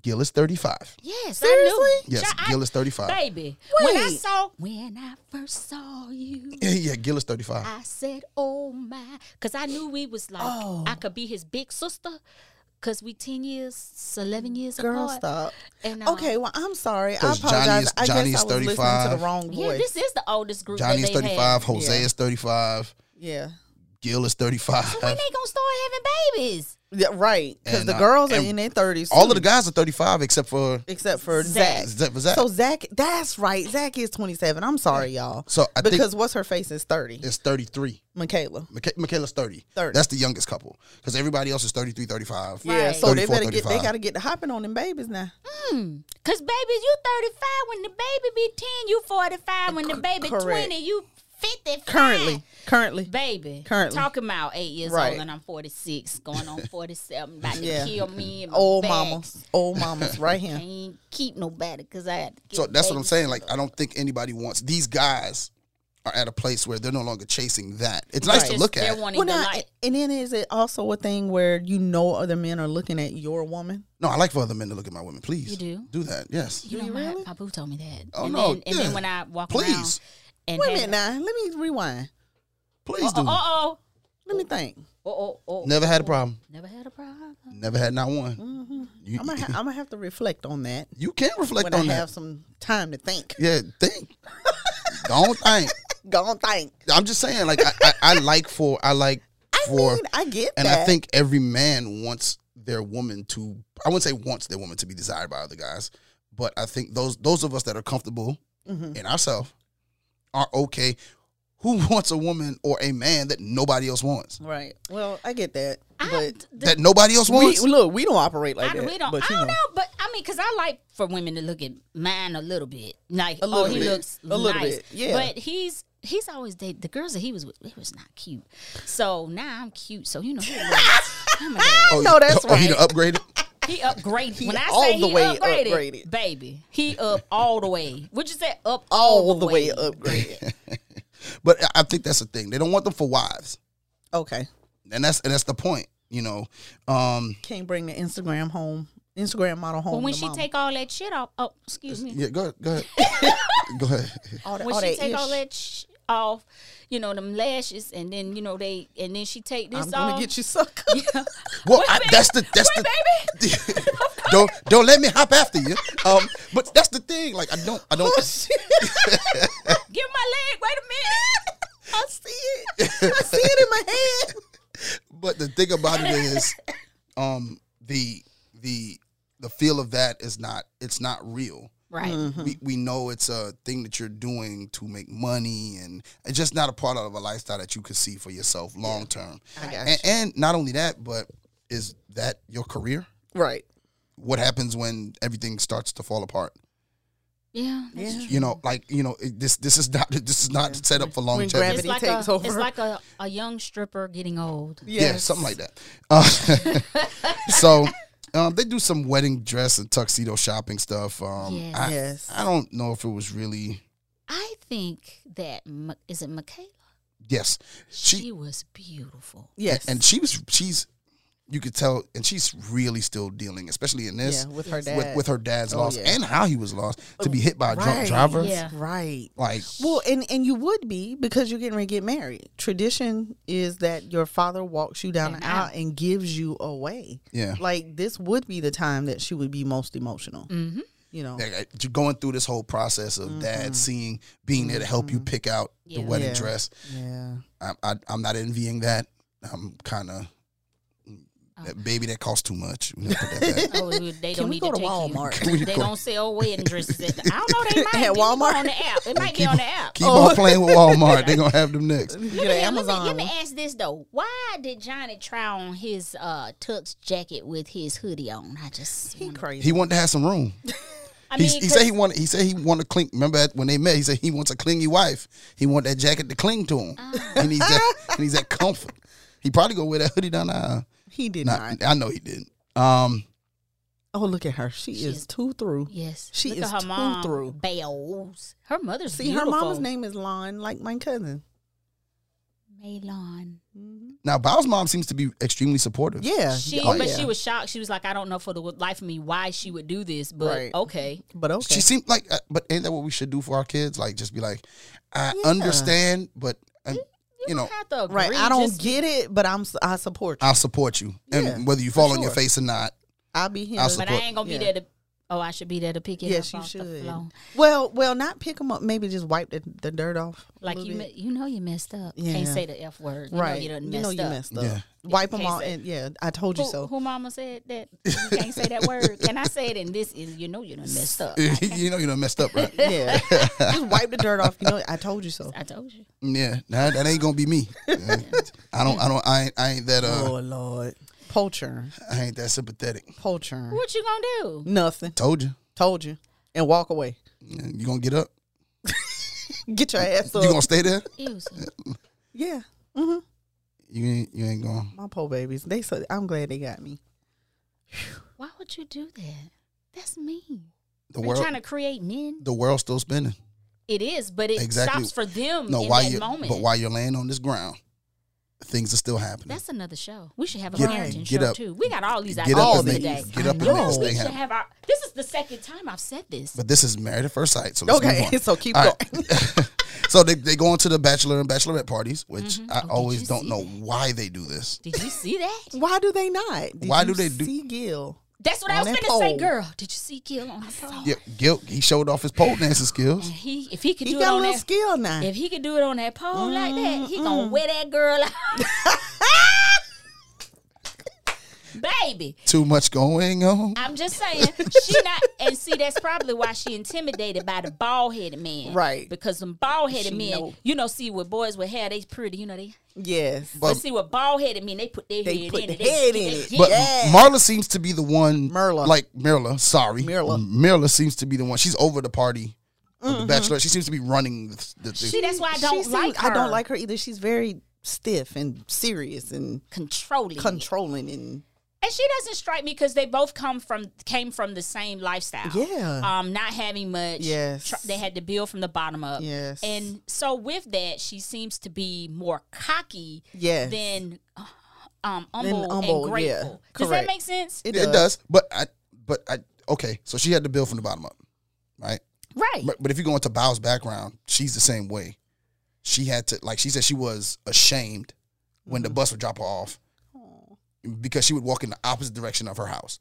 D: Gil is 35.
C: Yes, I
B: Seriously?
C: knew.
D: Yes,
C: Child, I-
D: Gil is 35.
C: baby. When I
B: Wait.
C: saw when I first saw you,
D: Yeah, yeah, Gil is 35.
C: I said, "Oh my," because I knew we was like
B: Oh.
C: I could be his big sister. Cause we ten years, eleven years
B: Girl,
C: apart.
B: stop.
C: And, uh,
B: Okay, well, I'm sorry. I
D: 'Cause Johnny
B: apologize.
D: is-
B: I
D: Johnny
B: guess
D: is
B: I was listening to
D: 35.
B: the wrong
C: Yeah,
B: voice.
C: this is the oldest group.
D: Johnny
C: that
D: is
C: they've
D: 35.
C: Had.
D: Jose
B: Yeah.
D: is 35.
B: yeah.
D: Gil is 35.
C: When they gonna start having babies?
B: Yeah, right. Because
D: And,
B: the
D: uh,
B: girls are
D: and
B: in their 30s.
D: All
B: too,
D: of the guys are 35 except for
B: Except for
C: Zach.
B: Zach.
D: Zach. for Zach.
B: So, Zach, that's right. Zach is 27. I'm sorry, y'all.
D: So, I think-
B: Because what's her face is 30.
D: it's 33.
B: Michaela.
D: Micha- Michaela's 30.
B: 30.
D: That's the youngest couple because everybody else is 33, 35.
B: Yeah, so they
D: 34,
B: better get they
D: 35.
B: got to get to hopping on them babies now.
C: Cause baby, you thirty five when the baby be ten. You forty five when the baby
B: correct.
C: twenty. You fifty
B: Currently, currently,
C: Baby,
B: Currently.
C: talking about eight years
B: Right.
C: old, and I'm 46, going on 47, about to
B: Yeah.
C: kill me. And my
B: old
C: back.
B: mamas, old mamas, right here.
C: Can't keep nobody because I had to. Get
D: So
C: a
D: that's what
C: baby.
D: I'm saying. Like, I don't think anybody wants these guys are at a place where they're no longer chasing that. It's nice to
C: Just
D: look
C: they're
D: at.
C: wanting
B: Well,
C: the
B: now, eh,
C: light.
B: and then is it also a thing where you know other men are looking at your woman?
D: no, I like for other men to look at my women. Please.
C: You do?
D: Do that. Yes.
C: You know,
B: you
C: my,
B: really?
C: my boo told me that.
D: Oh,
C: and
D: no,
C: Then, and
D: yeah.
C: then when I walk
D: Please.
C: around, and
B: Wait a minute now. Let me rewind.
D: Please
C: Uh
D: do.
C: oh,
B: Let me think.
C: uh oh, oh,
D: Never had a problem.
C: never had a problem.
D: Never had not one. You,
B: Mm-hmm. I'm gonna, ha- I'm gonna have to reflect on that
D: you can reflect
B: when I
D: on
B: have
D: that.
B: some time to think.
D: Yeah, think. don't think.
B: Go on, think.
D: I'm just saying, like I, I, I like for I like
B: I
D: for
B: mean, I get
D: and
B: that.
D: I think every man wants their woman to I wouldn't say wants their woman to be desired by other guys, but I think those those of us that are comfortable
B: Mm-hmm.
D: in ourselves are okay. Who wants a woman or a man that nobody else wants?
B: right. Well, I get that,
C: I-
B: but
C: the-
D: That nobody else
B: we,
D: wants?
B: look, we don't operate like
C: I,
B: that.
C: we don't.
B: but
C: I
B: you
C: don't know.
B: know.
C: but I mean, because I like for women to look at mine a little bit, like
B: A little
C: oh, he
B: bit.
C: looks
B: A little
C: nice.
B: bit, yeah.
C: But he's he's always dated the girls that he was with. It was not cute. So now I'm cute. So you know, he, I'm a dad.
D: Oh,
B: No, that's
D: oh, he
B: right.
D: done upgraded.
C: he upgraded. when I
B: all
C: say
B: the
C: he
B: way
C: upgraded,
B: upgraded.
C: baby, he up all the way. Would you say up
B: All the way upgraded.
D: But I- I think that's the thing. They don't want them for wives,
B: okay.
D: and that's and that's the point. You know, um,
B: Can't bring the Instagram home, Instagram model home.
C: But when
B: to
C: she
B: mama.
C: take all that shit off, oh, excuse me.
D: yeah. Go ahead, go ahead, go ahead.
B: all that,
C: when
B: all
C: she
B: that
C: take
B: ish,
C: all that sh- off, you know them lashes, and then you know they, and then she take
B: I'm
C: this off.
B: gonna get you sucker.
D: Well,
C: Wait,
D: I,
C: baby.
D: that's the that's
C: Wait,
D: the don't don't let me hop after you. Um, but that's the thing. Like I don't I don't.
C: Give my leg. Wait a minute. I see it.
B: I see it in my head.
D: But the thing about it is, um, the the the feel of that is not it's not real.
C: Right.
B: Mm. Mm-hmm.
D: We, we know it's a thing that you're doing to make money, and it's just not a part of a lifestyle that you could see for yourself long term.
B: got
D: And, and not only that, but is that your career?
B: Right.
D: What happens when everything starts to fall apart?
C: Yeah. that's
B: Yeah.
C: true.
D: you know, like you know, it- this this is not this is not set up for long
B: When
D: term.
B: gravity-
C: It's like,
B: takes
C: a,
B: over.
C: it's like a, a young stripper getting old.
D: Yeah, something like that. Uh, so um, they do some wedding dress and tuxedo shopping stuff. Um,
C: Yes.
D: I,
B: Yes.
D: I don't know if it was really.
C: I think that Ma- is it Michaela.
D: Yes,
C: She,
D: she
C: was beautiful.
B: Yes.
D: and she was she's you could tell, and she's really still dealing, especially in this
B: yeah, with her dad.
D: with, with her dad's
B: Oh,
D: loss
B: yeah.
D: and how he was lost to be hit by a drunk
B: Right.
D: driver.
C: Yeah.
B: Right.
D: Like
B: Well, and and you would be because you're getting ready to get married. Tradition is that your father walks you down
C: And
B: the aisle and gives you away.
D: Yeah.
B: Like this would be the time that she would be most emotional. Mm-hmm. You know.
D: like, uh, going through this whole process of dad seeing being there to help you pick out
C: Yeah.
D: the wedding
B: Mm-hmm. Yeah.
D: dress.
B: Yeah.
D: I'm I, I'm not envying that. I'm kind of
B: Oh.
D: that baby that costs too much. We gotta put that back.
C: Oh, they don't
B: we
C: need
B: go to
C: take you.
B: Walmart?
D: Can we
C: They
D: go-
C: don't sell wedding dresses. At the, I don't know. They might
B: At
C: It might
B: Walmart?
C: be on the app. It might be on the app.
D: Keep on playing with
B: Oh.
D: Walmart. They're gonna have them next.
B: You get an
C: Yeah, let me-
B: Amazon.
C: Let me,
B: one.
C: ask this though: Why did Johnny try on his uh, tux jacket with his hoodie on? I just
B: He
C: wanna-
B: crazy.
D: He wanted to have some room.
C: I
D: He,
C: mean,
D: he said he
C: 'cause-
D: wanted. He said he wanted to cling. Remember at- when they met? He said he wants a clingy wife. He want that jacket to cling to him. He needs that. he needs that comfort. He probably gonna wear that hoodie down there.
B: He did
D: Nah,
B: not.
D: I know he didn't. Um,
B: Oh, look at her. She, is,
C: is-
B: two through.
C: Yes,
B: She
C: Look
B: is
C: at her
B: too
C: mom.
B: through.
C: Bells. Her mother's
B: See,
C: beautiful.
B: her mama's name is Lon, like my cousin.
C: Malon.
D: now Bow's mom seems to be extremely supportive.
B: Yeah.
C: She,
B: oh,
C: but
B: yeah.
C: she was shocked. She was like, "I don't know for the life of me why she would do this, but
B: Right.
C: okay."
B: But okay.
D: She seemed like, uh, but ain't that what we should do for our kids? Like, just be like, I
B: Yeah.
D: understand, but uh, you,
C: don't
D: know,
C: have to agree.
B: right. I don't
C: Just-
B: get it, but I'm s- I support you.
D: I'll support you,
B: Yeah,
D: and whether you fall on your
B: sure.
D: face or not.
B: I'll be here.
D: I'll
C: But
D: support-
C: I ain't gonna
B: Yeah.
C: be there to. Oh, I should be there to pick it
B: yes,
C: up
B: you
C: off the
B: should.
C: floor.
B: Well, well, not pick them up. Maybe just wipe the, the dirt off. a
C: Like
B: little
C: you, me-
B: bit.
C: you know you messed up.
B: Yeah.
C: Can't say the f word. You
B: right?
C: Know you done messed
B: know you
C: up.
B: messed up.
D: Yeah.
B: Wipe them
C: Can't
B: all.
C: say-
B: And, yeah, I told
C: Who,
B: you so.
C: who mama said that you can't say that word? Can I say it? And this is you know you done messed up.
D: you know, you done messed up, right?
B: yeah, just wipe the dirt off. You know, I told you so.
C: I told you.
D: Yeah, nah, that ain't gonna be me. Yeah. I don't, I don't, I ain't, I ain't that, uh,
B: oh Lord, poacher,
D: I ain't that sympathetic.
B: poacher.
C: What you gonna do?
B: Nothing.
D: Told you,
B: Told you, and walk away.
D: Yeah, you gonna get up.
B: Get your ass up.
D: You gonna stay there?
C: Ew, so-
B: yeah. hmm
D: You ain't, you ain't going.
B: My poor babies. They so. I'm glad they got me.
C: Why would you do that? That's mean.
D: The
C: We're
D: world,
C: trying to create men.
D: the world's still spinning.
C: It is, but it
D: Exactly.
C: stops for them
D: No,
C: in
D: while
C: that
D: you,
C: moment.
D: but while you're laying on this ground, things are still happening.
C: That's another show. We should have a
D: Get-
C: parenting
D: get
C: show
D: up.
C: too. We got all these
D: Get
C: ideas
D: up
B: all
D: and make,
C: today.
D: get up and
B: I
D: make this
B: know.
C: we
D: thing
C: should
D: happen.
C: have our. This is the second time I've said this.
D: But this is married at first sight, so let's
B: Okay,
D: move on.
B: so keep
D: All
B: going.
D: so they they go on to the bachelor and bachelorette parties, which I
C: Mm-hmm. Oh, did
D: always
C: you
D: don't
C: see
D: know why they do this.
C: Did you see that?
B: Why do they not? Did
D: Why
B: you
D: do they do-
B: See Gil.
C: That's what I
B: On
C: was
B: that
C: gonna say,
B: pole.
C: girl. Did you see Gil on the phone?
D: Yeah, Gil he showed off his pole dancing skills.
C: And he, if he could
B: He
C: do it
B: got a
C: on
B: little
C: that,
B: skill now.
C: if he could do it on that pole like that, he gonna wear that girl out, baby.
D: Too much going on.
C: I'm just saying, she not, and see, that's probably why she intimidated by the bald headed man,
B: Right.
C: Because them bald headed
B: She
C: men,
B: know.
C: you know, see with boys with hair, they pretty, you know they.
B: yes.
C: But see with bald headed men, they put their
B: They
C: head
B: put
C: in
B: the
C: it. They-
B: head
C: they-
B: in it.
C: yeah.
D: But
B: Yeah.
D: Marla seems to be the one.
B: Merla.
D: Like Merla, sorry.
B: Merla. Mm-hmm.
D: Merla seems to be the one. She's over the party of the bachelor. She seems to be running the, the, the-
C: see, that's why I
B: She
C: don't
B: seems-
C: like her.
B: I don't like her either. She's very stiff and serious and
C: controlling. it.
B: controlling and
C: and she doesn't strike me because they both come from came from the same lifestyle.
B: Yeah.
C: um, not having much.
B: Yes.
C: they had to build from the bottom up.
B: Yes.
C: and so with that, she seems to be more cocky.
B: Yes.
C: than um humble,
B: humble, yeah.
C: and grateful. Does
B: Correct.
C: that make sense?
D: it, does. But I, but I, okay. So she had to build from the bottom up, right?
C: right.
D: But, but if you go into Bow's background, she's the same way. She had to like she said she was ashamed when
B: Mm.
D: the bus would drop her off because she would walk in the opposite direction of her house,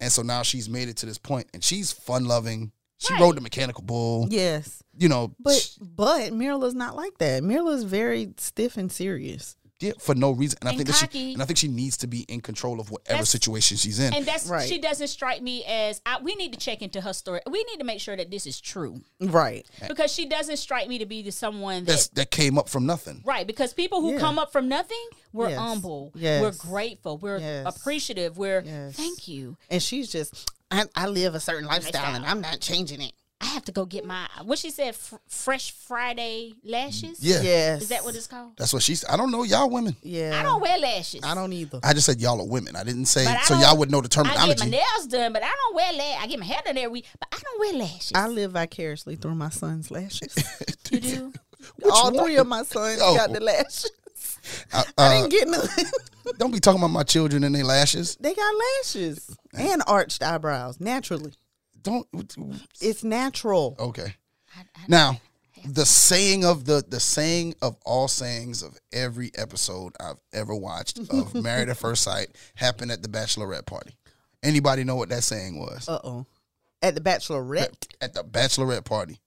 D: and so now she's made it to this point, and she's fun loving. She
C: Right.
D: rode the mechanical bull,
B: Yes.
D: you know,
B: But but Mirla's not like that. Mirla's very stiff and serious.
D: yeah, for no reason. And, I
C: And
D: think that she
C: cocky.
D: and I think she needs to be in control of whatever
C: That's-
D: situation she's in.
C: And that's
B: Right.
C: she doesn't strike me as I, we need to check into her story. We need to make sure that this is true
B: Right.
C: because she doesn't strike me to be the someone that
D: That's that came up from nothing.
C: right because people who
B: Yeah.
C: come up from nothing we're
B: Yes.
C: humble,
B: Yes.
C: we're grateful, we're
B: Yes.
C: appreciative, we're
B: Yes.
C: thank you.
B: And she's just I, I live a certain lifestyle and I'm not changing it.
C: I have to go get my what she said fr- fresh Friday lashes.
D: Yeah,
B: Yes.
C: is that what it's called?
D: that's what she's. I don't know y'all women.
B: Yeah.
C: I don't wear lashes.
B: I don't either.
D: I just said y'all are women. I didn't say
C: But I
D: so
C: don't-
D: y'all would know the
C: I get my
D: terminology.
C: nails done, but I don't wear lash. I get my hair done every week, but I don't wear lashes.
B: I live vicariously through my son's lashes.
C: you do.
B: All
D: one?
B: three of my sons
D: Oh.
B: got the lashes.
D: I-
B: I
D: uh,
B: didn't get none.
D: Don't be talking about my children and their lashes.
B: they got lashes and arched eyebrows naturally.
D: Don't.
B: It's natural.
D: Okay.
C: I, I,
D: Now, the saying of the the saying of all sayings of every episode I've ever watched of Married at First Sight happened at the bachelorette party. Anybody know what that saying was?
B: Uh oh. At the bachelorette.
D: At the bachelorette party,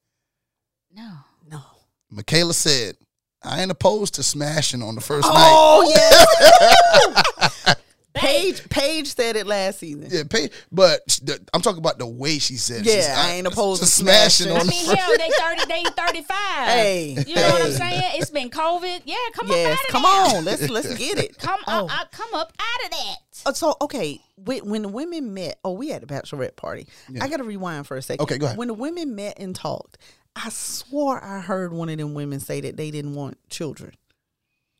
C: no.
B: No.
D: Michaela said, "I ain't opposed to smashing on the first night."
B: Oh yes.
C: Baby,
B: Paige, Paige said it last season.
D: Yeah, pay, but sh- the, I'm talking about the way she said. it.
B: Yeah,
D: She's-
B: I ain't opposed
D: just
B: to
D: smashing
B: smashing.
D: on.
C: I
D: the
C: mean,
D: front.
C: hell, they thirty, they thirty-five.
B: Hey,
C: you know what I'm
B: hey.
C: saying? It's been COVID. Yeah, come up
B: Yes,
C: out of
B: come
C: that.
B: on, let's let's get it.
C: Come
B: Oh.
C: up, I, come up out of that.
B: Uh, So okay, when, when the women met, oh, we had a bachelorette party. I got to rewind for a second.
D: Okay, go ahead.
B: When the women met and talked, I swore I heard one of them women say that they didn't want children.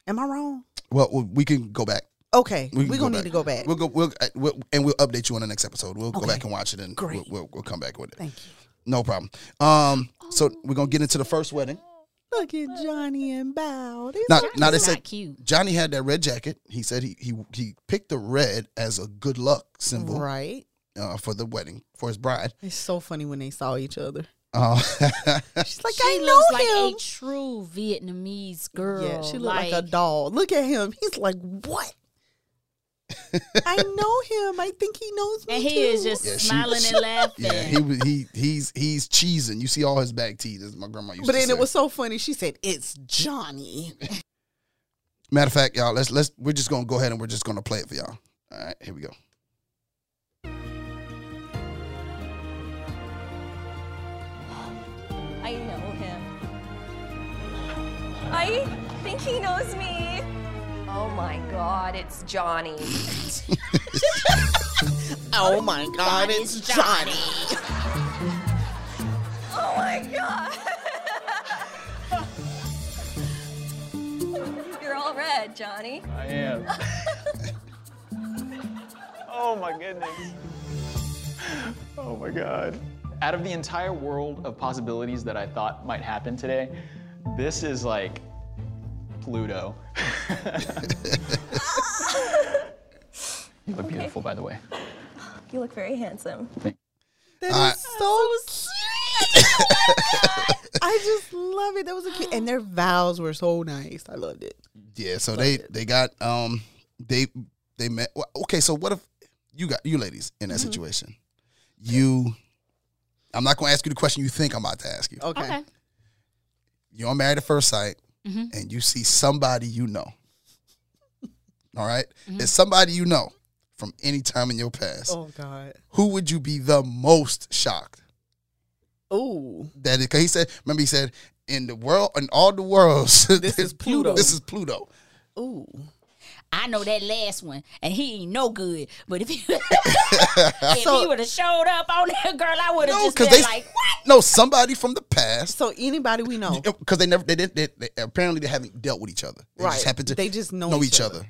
B: Am I wrong?
D: well, we- we can go back.
B: Okay,
D: We
B: we
D: can
B: are
D: go
B: gonna
D: back.
B: need to go back.
D: We'll go. We'll, uh, we'll and we'll update you on the next episode. We'll go
B: Okay.
D: back and watch it, and
B: Great.
D: We'll, we'll we'll come back with it.
B: Thank you.
D: No problem. Um, so we're gonna get into the first wedding.
B: Look at Johnny and Bow. These
D: Now,
B: are-
D: now they
C: It's
D: said
C: not cute.
D: Johnny had that red jacket. He said he he he picked the red as a good luck symbol
B: right.
D: uh, for the wedding for his bride.
B: It's so funny when they saw each other.
D: Uh,
B: She's like,
C: she
B: I
C: looks
B: know
C: like
B: him.
C: a true Vietnamese girl.
B: yeah, she looked like, a doll. Look at him. He's like, what? I know him. I think he knows me.
C: and
B: too.
C: he is just
D: Yeah, she-
C: smiling and laughing.
D: yeah, he was he he's he's cheesing. You see all his back teeth. As my grandma used
B: But
D: to
B: then
D: say.
B: it was so funny. She said, "It's Johnny."
D: Matter of fact, y'all, let's let's we're just gonna go ahead and we're just gonna play it for y'all. All right, here we go.
E: I know him. I think he knows me. Oh my god, it's Johnny.
B: Oh my God, it's Johnny.
E: Oh my god. You're all red, Johnny.
F: I am. oh my goodness. Oh my god. Out of the entire world of possibilities that I thought might happen today, this is like Pluto. you look beautiful, by the way.
E: You look very handsome.
B: That is
D: All
B: so sweet. I just love it. That was a cute, and their vows were so nice. I loved it.
D: Yeah, so they they got um they they met. Well, okay, so what if you got you ladies in that
B: Mm-hmm.
D: situation? You, I'm not gonna ask you the question you think I'm about to ask you.
B: Okay.
C: Okay.
D: You're on married at first sight,
B: Mm-hmm.
D: and you see somebody you know. All right? it's somebody you know from any time in your past.
B: Mm-hmm. Oh God.
D: Who would you be the most shocked?
B: Ooh.
D: that it, cause he said, remember he said, in the world, in all the worlds,
B: This is Pluto.
D: This is Pluto.
B: Ooh.
C: I know that last one, and he ain't no good. But if he, if he
B: So-
C: would have showed up on that girl, I would have
D: No,
C: just
D: because
C: been
D: they
C: like, "What?"
D: no somebody from the past
B: So anybody we know.
D: because they never they didn't they, they- apparently they haven't dealt with each other. They
B: Right.
D: just happen to
B: They just know
D: each
B: each
D: other.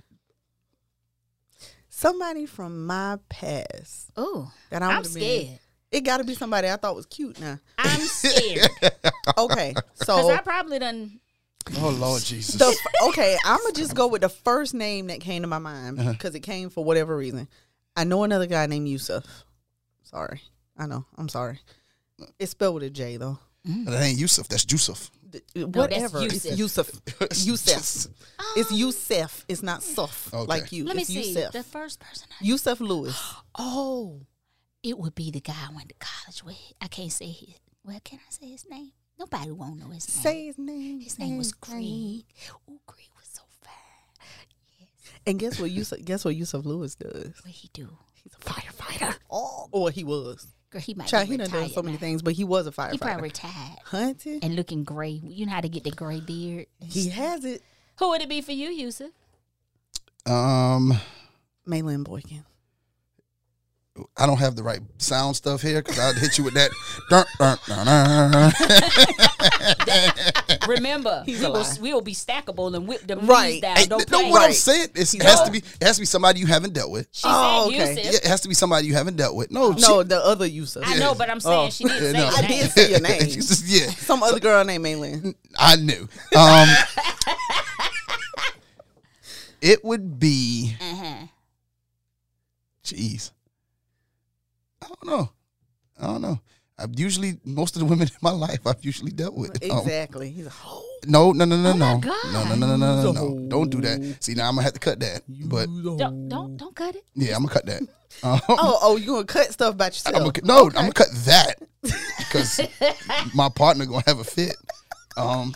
B: Somebody from my past.
C: Ooh,
B: That I
C: I'm
B: would've been-
C: scared.
B: It got to be somebody I thought was cute. Now.
C: I'm scared
B: Okay.
C: because
B: So
C: I probably done.
D: Oh Lord Jesus!
B: the f- okay, I'm gonna just go with the first name that came to my mind because it came for whatever reason. I know another guy named Yusuf. Sorry, I know. I'm sorry. It's spelled with a J though.
D: that ain't Yusuf. That's Yusuf.
B: D- Whatever.
C: that's Oh.
B: it's Yusuf. Yusuf. It's Yusuf. It's not Suf
D: Okay.
B: like you.
C: Let me
B: it's
C: see
B: Yusuf.
C: the first person. I,
B: Yusuf Lewis.
C: oh, it would be the guy I went to college with. I can't say his. Well, can I say his name? Nobody won't know his name.
B: Say his name.
C: his name was Greg. Ooh, Greg was so fine.
B: And guess what? Yusuf. Guess what? Yusuf Lewis does.
C: What he do?
B: He's a firefighter. Oh, or he was.
C: Girl, he might
B: Child,
C: be
B: he done
C: retired.
B: done so many
C: now.
B: things, but he was a
C: He
B: firefighter.
C: probably retired
B: Hunted.
C: and looking gray. You know how to get the gray beard.
B: He has it.
C: Who would it be for you, Yusuf?
D: Um,
B: Malin Boykin.
D: I don't have the right sound stuff here because I'd hit you with that. dun, dun, dun, dun.
C: Remember, we
B: He's a
C: will,
B: liar.
C: we will be stackable and whip them knees
B: Right.
C: down.
D: Hey,
C: Don't
D: no,
C: play.
D: what I'm
B: Right.
D: saying it's, it has to be it has to be somebody you haven't dealt with.
C: She
B: Oh,
C: said
B: okay.
C: Yusuf.
D: Yeah, it has to be somebody you haven't dealt with. No,
B: No, the other Yusuf.
C: I know, but I'm saying she didn't say
D: no.
C: his
D: I
B: Oh. I
C: name.
B: did see your name.
D: she, just, yeah.
B: Some other girl named Maylin.
D: I knew. Um, it would be. Jeez, I don't know. I don't know. I've usually most of the women in my life I've usually dealt with. Um,
B: Exactly. He's "Oh, a hoe.
D: no, no, no, no,
C: my
D: no,
C: God.
D: no, no, no, no, no, no, no. Don't do that. See, now I'm gonna have to cut that. But
C: Don't, don't, don't cut it.
D: yeah, I'm gonna cut that. Um,
B: Oh, oh, you gonna cut stuff about yourself?
D: I'm gonna, no, I'm gonna cut that because my partner gonna have a fit. Um,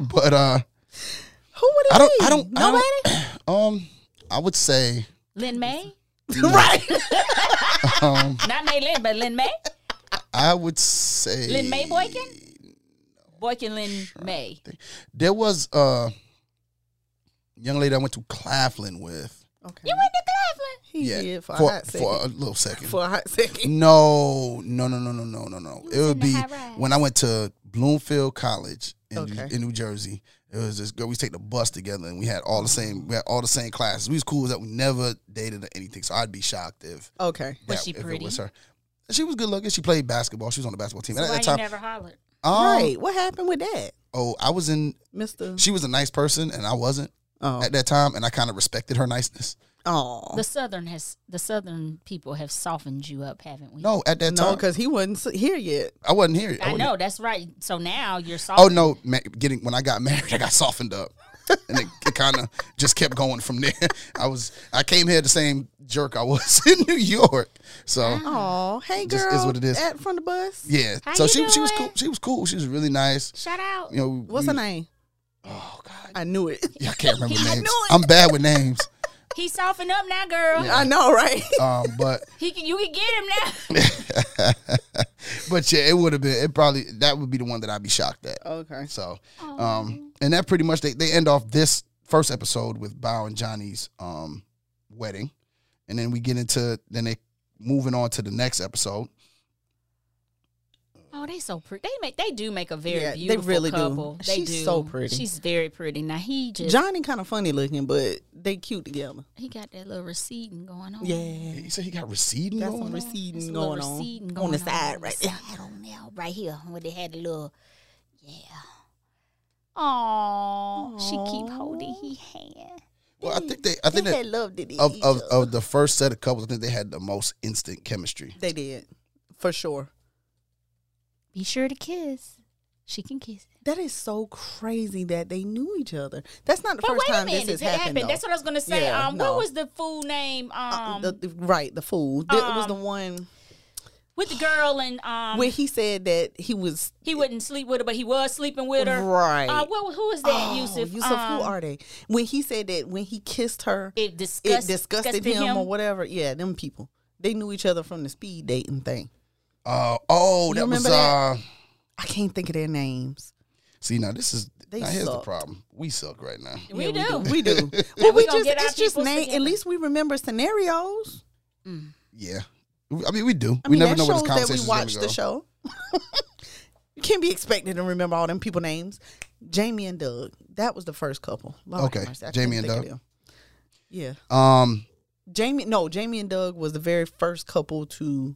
D: but uh,
B: Who would it
D: I don't.
B: be?
D: I don't.
B: Nobody.
D: I don't, um, I would say
C: Lynn May?
B: right. Um,
C: Not May Lynn, but Lynn May.
D: I would say
C: Lynn May Boykin. Boykin Lynn May.
D: there was a young lady I went to Claflin with.
B: Okay.
C: You went to Cleveland.
B: he did for, a
D: for,
B: hot second.
D: for a little second.
B: for a hot second.
D: No, no, no, no, no, no, no, no. It
C: in
D: would
C: the
D: be
C: high rise.
D: when I went to Bloomfield College in,
B: Okay.
D: in New Jersey. It was this girl. We used to take the bus together, and we had all the same. We had all the same classes. We was cool as that. We never dated or anything. So I'd be shocked if
B: Okay.
C: Was
D: that-
C: she
D: if it
C: pretty?
D: was her. She was good looking. She played basketball. She was on the basketball team.
C: So
D: And
C: why
D: at that
C: you
D: time,
C: never hollered?
D: um,
B: right. What happened with that,
D: Oh, I was in.
B: Mister?
D: She was a nice person, and I wasn't
B: Oh,
D: at that time. And I kind of respected her niceness.
B: oh,
C: The southern has the southern people have softened you up, haven't we?
D: No, at that
B: no, Oh,
D: time,
B: because he wasn't s- here yet.
D: I wasn't here.
C: I
D: wasn't-
C: know that's right. So now you're soft.
D: Oh no, ma- getting when I got married, I got softened up, and it, it kind of just kept going from there. I was I came here the same jerk I was in New York, so
B: Oh, hey girl,
D: Mm. Just is what it is.
B: At from the bus.
D: yeah.
C: How
D: so
C: you
D: she she
C: doing?
D: was cool. She was cool. She was really nice.
C: Shout out.
D: You know,
B: What's
D: we-
B: her name?
D: Mm. Oh God,
B: I knew it.
D: yeah, I can't remember
C: I
D: names.
C: knew it.
D: I'm bad with names,
C: He softened up now, girl.
B: I know, right?
D: um, but
C: He can you can get him now.
D: but yeah, it would have been. It probably that would be the one that I'd be shocked at.
B: okay.
D: So, um, and that pretty much they, they end off this first episode with Bow and Johnny's um wedding, and then we get into then they moving on to the next episode.
C: Oh, they so pretty. They make they do make a very
B: Yeah, they
C: beautiful
B: really do.
C: couple. They
B: She's
C: do.
B: so pretty.
C: She's very pretty. Now he just
B: Johnny kind of funny looking, but they cute together.
C: he got that little receding going on.
B: Yeah,
D: He said he got receding
B: got
D: going
B: some
D: on.
C: It's
B: receding
C: a little
B: going on
C: receding
B: on
C: going
B: the side,
C: on
B: right
C: the
B: there.
C: side on there, right here, where they had a little, yeah. Aww, she keep holding he hand.
D: Well, I think they I think
B: They
D: that
B: loved it.
D: of, of of the first set of couples, I think they had the most instant chemistry.
B: they did for sure.
C: Be sure to kiss. She can kiss.
B: That is so crazy that they knew each other. That's not the
C: But
B: first
C: wait a
B: time
C: minute,
B: this has
C: it
B: happened.
C: happened.
B: though.
C: That's what I was gonna say.
B: Yeah,
C: um,
B: no.
C: what was the fool name?
B: Uh,
C: Um,
B: the, the- right, the fool. That was the
C: um,
B: one
C: with the girl and um,
B: where he said that he was
C: he wouldn't sleep with her, but he was sleeping with her.
B: Right.
C: Uh, what, who was that?
B: Oh,
C: Yusuf.
B: Yusuf,
C: Um,
B: who are they? When he said that when he kissed her, it,
C: It disgust,
B: disgusted, him, or whatever. Yeah, them people. They knew each other from the speed dating thing.
D: Uh, oh, that was
B: remember that?
D: uh.
B: I can't think of their names.
D: See now this is
B: They
D: now here's the
B: sucked.
D: problem. We suck right now.
C: We
B: Yeah,
C: do.
B: We do. We do. well, we,
C: gonna
B: just
C: get our
B: it's just
C: peoples
B: name. At
C: together.
B: least we remember scenarios.
D: Yeah, I mean we do.
B: I
D: we
B: mean,
D: never
B: that
D: know where
B: shows
D: this
B: that
D: conversation
B: we
D: is going
B: watch
D: to
B: the
D: go.
B: show. you can't be expected to remember all them people names. Jamie and Doug. That was the first couple. Lord have
D: Okay,
B: mercy, I
D: Jamie
B: couldn't
D: and
B: think of
D: Doug.
B: them. Yeah.
D: Um,
B: Jamie, no, Jamie and Doug was the very first couple to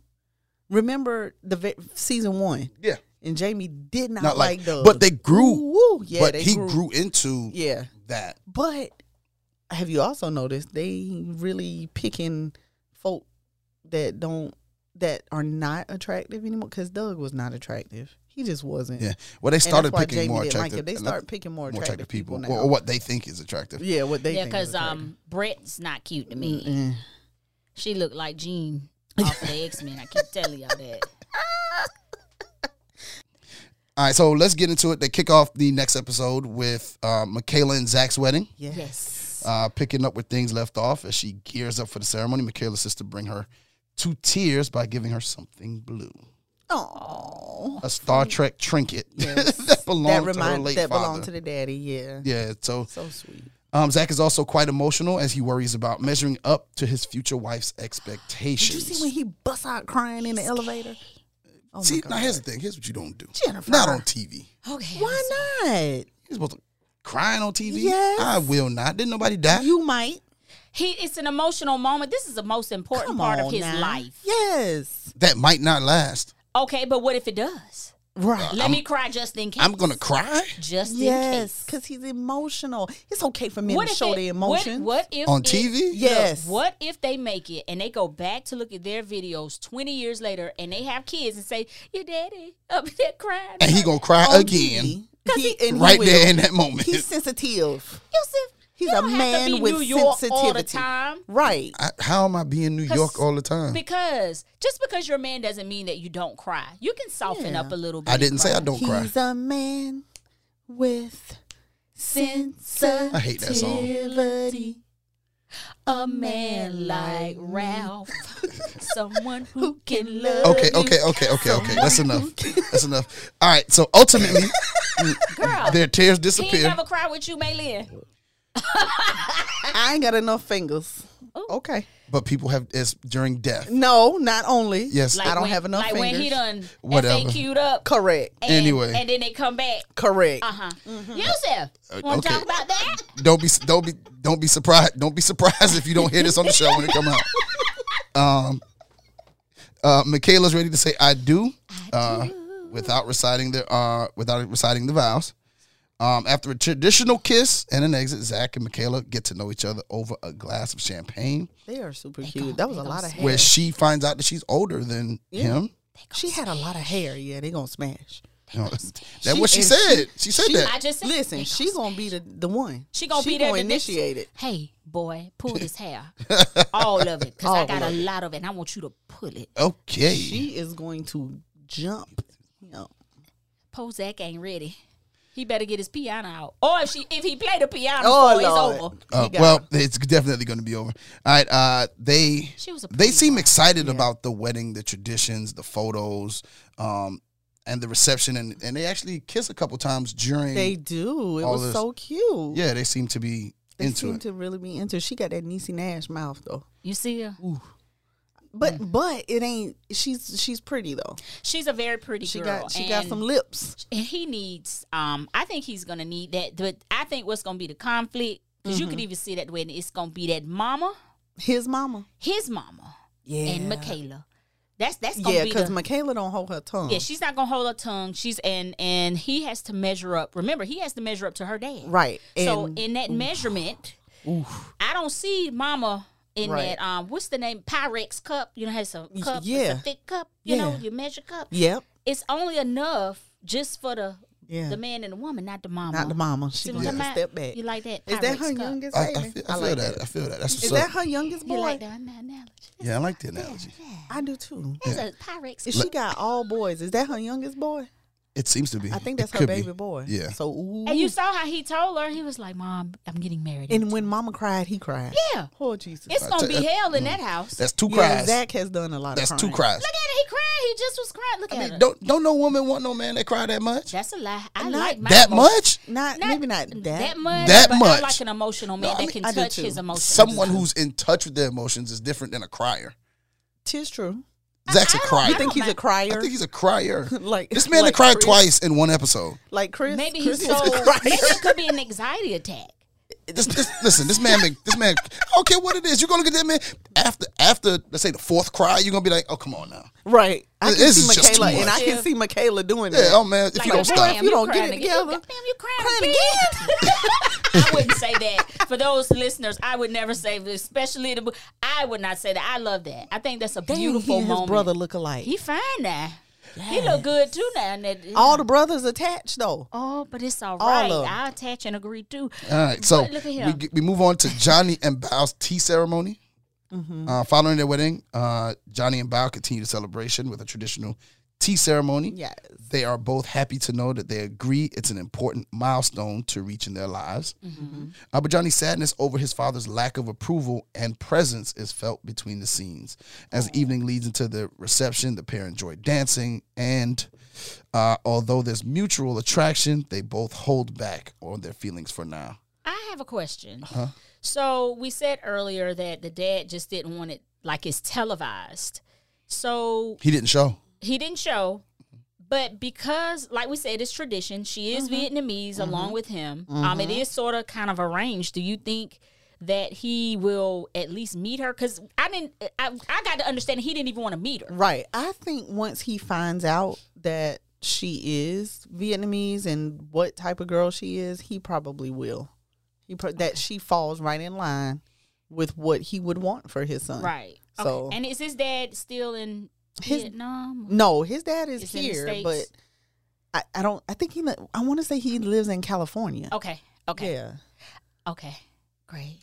B: remember the ve- season one,
D: yeah,
B: and Jamie did not,
D: not
B: like,
D: like,
B: Doug,
D: but they grew.
B: Woo, yeah,
D: but
B: they
D: he
B: grew.
D: grew into
B: Yeah,
D: that.
B: but have you also noticed they really picking folk that don't that are not attractive anymore? Because Doug was not attractive; he just wasn't.
D: Yeah. Well,
B: And
D: they
B: that's
D: started
B: why
D: picking
B: Jamie
D: more
B: didn't
D: attractive.
B: Like it. They
D: and I-
B: start picking more attractive, people,
D: or,
B: now.
D: or what they think is attractive.
B: Yeah, what they
C: Yeah,
B: think is
C: because um, Brett's not cute to me. She looked like Jean off of the X Men. I keep telling y'all that.
D: All right, so let's get into it. They kick off the next episode with uh, Michaela and Zach's wedding,
B: attractive. yeah.
C: Yes.
D: uh, picking up where things left off as she gears up for the ceremony. Michaela's sister bring her to tears by giving her something blue,
B: Oh,
D: a Star Trek trinket
B: Yes.
D: that belonged
B: that
D: to her
B: reminds
D: late
B: that
D: father.
B: belonged to the daddy. Yeah,
D: yeah, so
B: so sweet.
D: um, Zach is also quite emotional as he worries about measuring up to his future wife's
B: Did you
D: expectations.
B: see when he busts out crying in the elevator? Oh my
D: See,
B: God.
D: now here's the thing. Here's what you don't do.
B: Jennifer.
D: Not on TV.
C: okay.
B: Why
D: You're supposed to crying on TV.
B: Yes.
D: I will not. Didn't nobody die?
B: not? You might.
C: He. It's an emotional moment. This is the most important
B: Come
C: part
B: on
C: of his
B: now.
C: life.
B: Yes.
D: that might not last.
C: Okay, but what if it does?
B: Right.
C: Let me cry just in case.
D: I'm gonna cry
C: just
B: yes.
C: in case.
B: Because he's emotional. It's okay for men
C: What
B: to
C: if
B: show
C: it-
B: their
C: what-
B: emotions.
C: What, if
D: on
C: it-
D: TV.
B: Yeah. Yes.
C: Look, what if they make it and they go back to look at their videos 20 years later and they have kids and say, Your daddy up there crying.
D: and he gonna cry
B: On
D: again
B: TV. He, and he
D: right
B: will.
D: there in that moment.
B: He's sensitive.
C: Yusuf,
B: He's
C: you
B: a
C: don't have to
B: man
C: be
B: with
C: New York all the
B: sensitivity.
C: time.
B: Right.
D: I, how am I being New York all the time?
C: Because just because you're a man doesn't mean that you don't cry. You can soften
B: Yeah.
C: up a little bit.
D: I didn't say I
C: and cry.
D: don't cry.
B: He's a man with sensitivity.
D: I hate that song.
C: a man like Ralph, someone who can love.
D: Okay, okay, okay, okay, okay. That's enough. That's enough. All right. So ultimately,
C: Girl,
D: their tears
C: he ain't
D: disappear.
C: never cry with you, Maylin.
B: I ain't got enough fingers.
C: Ooh.
B: Okay.
D: But people have it's during death.
B: No, not only.
D: Yes.
B: I don't
C: when,
B: have enough
C: Like
B: fingers.
C: when he done
D: Whatever.
C: FAQ'd up.
B: Correct.
C: And,
D: Anyway.
C: and then they come back.
B: Correct.
C: Uh huh. Yusuf, want
D: okay.
C: to talk about that?
D: Don't be don't be don't be surprised. Don't be surprised if you don't hear this on the show when it come out. Um, uh, Michaela's ready to say I do, uh, without reciting the uh, without reciting the vows. Um, after a traditional kiss and an exit, Zach and Michaela get to know each other over a glass of champagne,
B: They are super cute. That was a lot of hair.
D: where she finds out that she's older than him.
B: She had a lot of hair. Yeah, they gonna smash.
D: You know, that's what she
B: and
D: said. She, said
B: she-
D: that.
C: I just said,
B: Listen, she gonna be the, the one.
C: She gonna be there
B: gonna
C: the next-
B: initiate it.
C: Hey, boy, pull this hair. All of it. Because I got a lot of it, and I want you to pull it.
D: okay.
B: She is going to jump. him.
C: Pozak ain't ready. He better get his piano out. Or if she if he play the piano
B: Oh,
C: before
B: Lord.
C: it's over.
D: Uh, well, it's definitely going to be over. All right, uh, they
C: She was a
D: they
C: pretty
D: seem
C: girl.
D: excited about the wedding, the traditions, the photos, um, and the reception, and, and they actually kiss a couple times during.
B: They do. It
D: All
B: was
D: this-
B: so cute.
D: yeah, they seem to be
B: they
D: into
B: seem
D: it.
B: to really be into. it. She got that Niecy Nash mouth though.
C: You see her?
B: But
D: Mm.
B: but it ain't. She's she's pretty though.
C: She's a very pretty
B: She
C: girl.
B: got she got
C: and-
B: some lips.
C: and he needs um i think he's gonna need that but i think what's gonna be the conflict because you could
B: Mm-hmm.
C: even see that when it's gonna be that mama
B: His mama.
C: his mama
B: Yeah.
C: and michaela that's that's gonna
B: Yeah,
C: be
B: because
C: the
B: Michaela don't hold her tongue.
C: yeah she's not gonna hold her tongue she's and and he has to measure up remember he has to measure up to her dad
B: right.
C: so
B: And
C: in that measurement i don't see mama in
B: Right.
C: that um what's the name pyrex cup you know has a
B: Y-
C: cup
B: yeah.
C: it's a thick cup you know
B: Yeah.
C: you measure cup
B: yep.
C: it's only enough just for the
B: Yeah.
C: the man and the woman, not the mama.
B: Not the mama. She
C: See
B: gonna
C: what I'm
B: have to
C: at?
B: step back.
C: You like that?
B: Is that
C: Pyrex
B: her
C: cup?
B: youngest
D: I, I
B: baby?
D: feel, I feel
B: like
D: that. I feel that. That's what's
B: Is
D: up.
B: that her youngest boy?
C: You like that my analogy?
D: yeah, I like the analogy.
B: I do too.
C: That's a Pyrex.
B: If she got all boys, is that her youngest boy?
D: It seems to be.
B: I think
D: It
B: that's her
D: could be.
B: baby boy.
D: Yeah.
B: So ooh.
C: And you saw how he told her. He was like, "Mom, I'm getting married."
B: And when Mama cried, he cried.
C: yeah,
B: Oh Jesus.
C: it's gonna be hell in that house.
D: mm, That's two
B: yeah,
D: cries.
B: Zach has done a lot
D: That's
B: of
D: two
B: crying.
D: cries.
C: Look at it. He cried. He just was crying. Look at
D: I mean,
C: her.
D: don't don't no woman want no man that cry that much.
C: That's a lie. I
B: Not
C: like my
D: That
C: emotion-
D: much?
B: Not, maybe not that,
C: much.
D: That
C: but
D: much.
C: I like an emotional man
B: No, I
C: that
B: mean,
C: can
B: I do
C: touch
B: too.
C: his emotions.
D: Someone who's in touch with their emotions is different than a crier.
B: Tis true.
D: Zach's
C: I
D: a
C: don't- I
D: crier.
B: You think he's a crier?
D: I think he's a crier.
B: Like-
D: this man
B: like
D: that cried
B: Chris?
D: twice in one episode.
B: like Chris.
C: maybe
B: Chris
C: he's
B: is
C: so.
B: a
C: Maybe
B: crier.
C: it could be an anxiety attack.
D: This, this, listen, this man, been- this man. I don't care what it is. You're gonna get that man after after let's say the fourth cry. You're gonna be like, oh come on now.
B: right. I can
D: This
B: see
D: is just
B: Michaela,
D: too
B: and I
C: much.
B: can see Michaela doing
D: Yeah,
B: that.
D: oh man, if you don't
C: Like,
D: stop,
C: damn,
B: you don't get
C: crying
B: it
C: again. You-
B: together.
C: Damn, you crying again. I wouldn't say that. For those listeners, I would never say, this, especially the. I would not say that. I love that. I think that's a
B: Dang,
C: beautiful
B: he and
C: moment.
B: His brother look alike.
C: he fine now. He look good too now. and that-
B: all the brothers attached though.
C: oh, but it's all
B: all
C: right.
B: of 'em.
C: I attach and agree too.
D: all right. So
C: But look at
D: we
C: him.
D: get- we move on to Johnny and Bao's tea ceremony. Uh, following their wedding, uh, Johnny and Bao continue the celebration with a traditional tea ceremony.
B: Yes.
D: They are both happy to know that they agree it's an important milestone to reach in their lives. Uh, but Johnny's sadness over his father's lack of approval and presence is felt between the scenes. As the evening leads into the reception, the pair enjoy dancing, and uh, although there's mutual attraction, they both hold back on their feelings for now.
C: I have a question. So we said earlier that the dad just didn't want it like it's televised. So
D: He didn't show.
C: he didn't show but because like we said it's tradition she is
B: Mm-hmm.
C: vietnamese along with him um it is sort of kind of arranged do you think that he will at least meet her because i didn't I, I got to understand he didn't even want to meet her
B: Right. I think once he finds out that she is Vietnamese and what type of girl she is, he probably will. He pro- that she falls right in line with what he would want for his son.
C: right okay.
B: So-
C: and is his dad still in
B: His-
C: vietnam
B: No, his dad is
C: It's in the
B: here,
C: States.
B: but I, I don't. I think he. li- I want to
C: Oh,
B: say he lives in California.
C: okay okay
B: Yeah.
C: okay great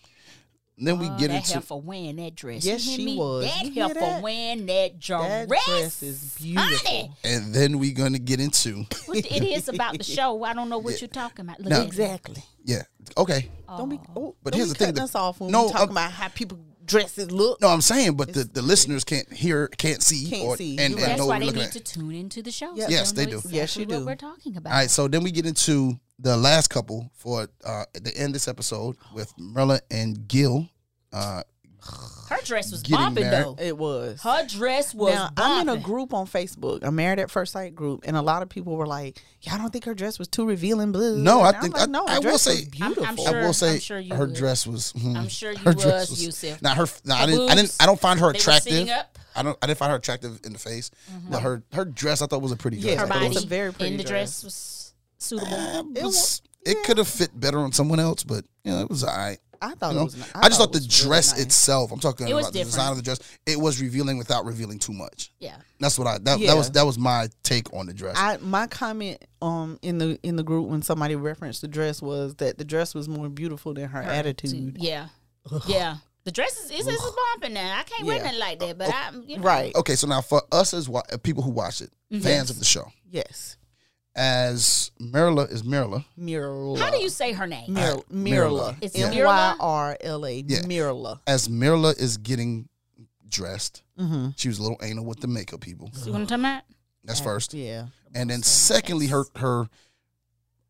D: Then we get
C: Oh, that
D: into
C: heifer wearing that dress.
B: Yes,
C: you hear
B: she
C: me?
B: was.
C: That
B: You hear
C: heifer
B: that?
C: wearing that dress.
B: That dress is beautiful.
C: Honey,
D: and then we're gonna get into
C: what the- it is about the show. I don't know what you're talking about. Look,
D: Now-
C: exactly.
B: Exactly.
D: yeah. Okay.
B: Don't be. Oh,
D: But
B: don't
D: here's
B: be
D: the thing,
B: cutting
D: the-
B: us off when
D: No, uh,
B: we talking
D: I'm-
B: about how people dresses look.
D: No, I'm saying, but the, the listeners can't hear, can't see,
B: Can't
D: or,
B: see.
D: and,
B: You're
D: and
B: right.
C: That's
D: know
C: why
D: what we're
C: they
D: looking
C: need
D: at.
C: to tune into the show.
B: Yes.
C: so
D: Yes,
C: they'll
D: they
C: know
D: do.
B: Yes, you
C: exactly what
B: do.
C: We're talking about.
D: All right, so then we get into the last couple for uh, the end of this episode with Merla and Gil. Uh,
C: Her dress was
D: Getting
C: bopping
D: married.
C: though.
B: It was.
C: Her dress was
B: now,
C: bopping.
B: I'm in a group on Facebook, a married at first sight group, and a lot of people were like, "Yeah, I don't think her dress was too revealing." Blue.
D: No, I think-
B: i
D: I-
B: no, her
D: I will
B: dress
D: say-
B: was
C: I'm-
B: beautiful.
C: I'm
D: I
C: sure-
D: will say
C: I'm sure you
D: her
C: would.
D: dress was. hmm,
C: I'm sure you
D: her
C: was, Yusuf.
D: Now her, now
C: Her
D: I didn't, I didn't,
C: boobs,
D: I don't find her
C: they were sitting
D: attractive.
C: up. Mm-hmm.
D: I don't, I didn't find her attractive in the face. But her, her dress, I thought was a pretty dress.
B: Yeah,
D: I
C: her
D: thought
C: body
D: it was-
B: a very pretty
C: and the
B: dress.
C: dress was suitable.
D: it was- it could have fit better on someone else, but you know, it was all right.
B: I thought
D: You know,
B: it was. ni-
D: Mm-hmm. I, just thought
B: it
D: the
B: was really
D: dress
B: nice.
D: itself. I'm talking
C: It was
D: about the design of the dress. It was revealing without revealing too much.
C: yeah.
D: That's what I. That,
B: Yeah.
D: that was that was my take on the dress.
B: I my comment um in the in the group when somebody referenced the dress was that the dress was more beautiful than her, attitude.
C: Yeah. Yeah. The dress is, is, is bumping now. I can't wear
B: Yeah.
C: nothing like that,
D: Oh,
C: but I'm, you know.
B: Right.
D: okay, so now for us as wa- uh, people who watch it, fans of the show,
B: Yes.
D: as Marilla is Marilla,
B: Mirla.
C: How do you say her name?
B: Mir-
D: Mirla.
B: Mirla?
C: It's
B: M
C: Mirla?
B: Y R L A.
D: Yeah.
B: Mirla.
D: as Marilla is getting dressed,
B: Mm-hmm.
D: she was a little anal with the makeup people.
C: See what I'm talking about?
D: That's first,
B: Yeah.
D: and then secondly, her her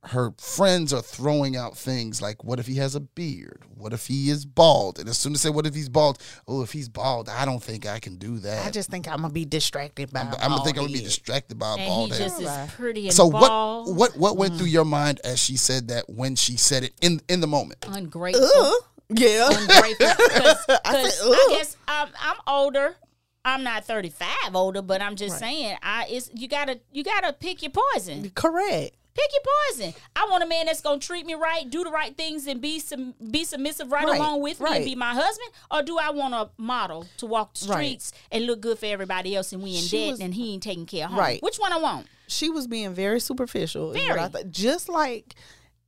D: her friends are throwing out things like, "What if he has a beard? What if he is bald?" And as soon as they say, "What if he's bald?" Oh, if he's bald, I don't think I can do that.
B: I just think I'm gonna be distracted by.
D: I'm, I'm gonna think I'm
B: bald
D: gonna be
B: head.
D: distracted by a
C: And
D: bald
C: he
D: head.
C: just is pretty and
D: So
C: bald, Mm.
D: what what what went through your mind as she said that when she said it in in the moment?
C: Mm. ungrateful.
B: Ugh. Yeah.
C: Ungrateful. Because I,
B: said, "Ugh."
C: guess I'm, I'm older. I'm not 35 older, but I'm just saying I it's you gotta you gotta pick your poison.
B: Correct.
C: pick your poison. I want a man that's gonna treat me right, do the right things, and be some be submissive right,
B: Right,
C: along with me and
B: right.
C: be my husband. Or do I want a model to walk the
B: Right.
C: streets and look good for everybody else, and we in
B: She
C: debt
B: was-
C: and he ain't taking care of home?
B: Right.
C: Which one I want?
B: She was being very superficial. is what I
C: Very.
B: thought. Just like,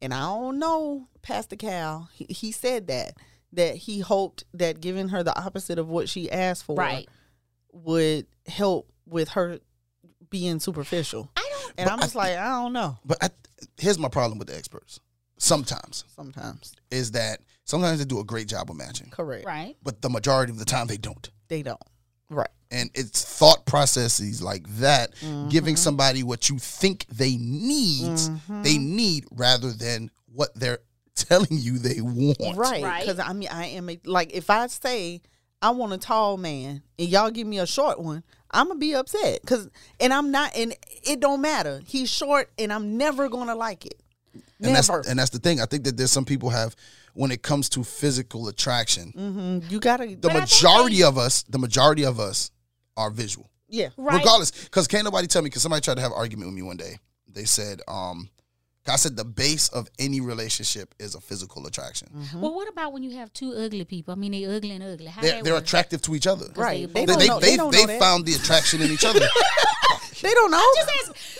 B: and I don't know, Pastor Cal. He, he said that that he hoped that giving her the opposite of what she asked for
C: Right.
B: would help with her being superficial.
C: I don't.
B: And I'm just like, I don't know.
D: But I, here's my problem with the experts. Sometimes
B: Sometimes,
D: is that sometimes they do a great job of matching,
B: correct?
C: Right.
D: but the majority of the time they don't.
B: They don't. Right.
D: And it's thought processes like that,
C: Mm-hmm.
D: giving somebody what you think they need, they need rather than what they're telling you they want.
B: Right.
C: Right.
B: Because I mean, I am a, like, if I say I want a tall man and y'all give me a short one, I'm gonna be upset. Cause and I'm not, and it don't matter. He's short, and I'm never gonna like it.
D: And that's,
B: Never.
D: and that's the thing. I think that there's some people have when it comes to physical attraction,
B: you gotta.
D: the
C: Mm. I think
D: majority
C: they-
D: of us, the majority of us are visual.
B: yeah.
C: Right.
D: regardless because can't nobody tell me because somebody tried to have an argument with me one day they said um i said the base of any relationship is a physical attraction
C: Well, what about when you have two ugly people? I mean, they ugly and ugly. How
D: they're,
C: that
D: they're
C: work?
D: attractive to each other
B: Right. They,
C: They
D: they,
B: don't
D: they,
B: know.
D: they,
B: They don't know
D: they
B: that.
D: found the attraction in each other
B: They don't know.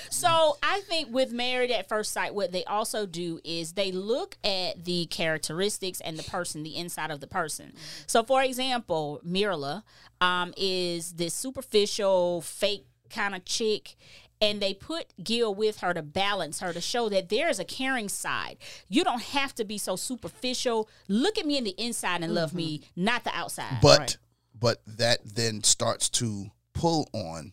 C: So I think with Married at First Sight, what they also do is they look at the characteristics and the person, the inside of the person. So, for example, Mirla um, is this superficial, fake kind of chick. And they put Gil with her to balance her to show that there is a caring side. You don't have to be so superficial. Look at me in the inside and love me, not the outside.
D: Mm-hmm. but but that then starts to pull on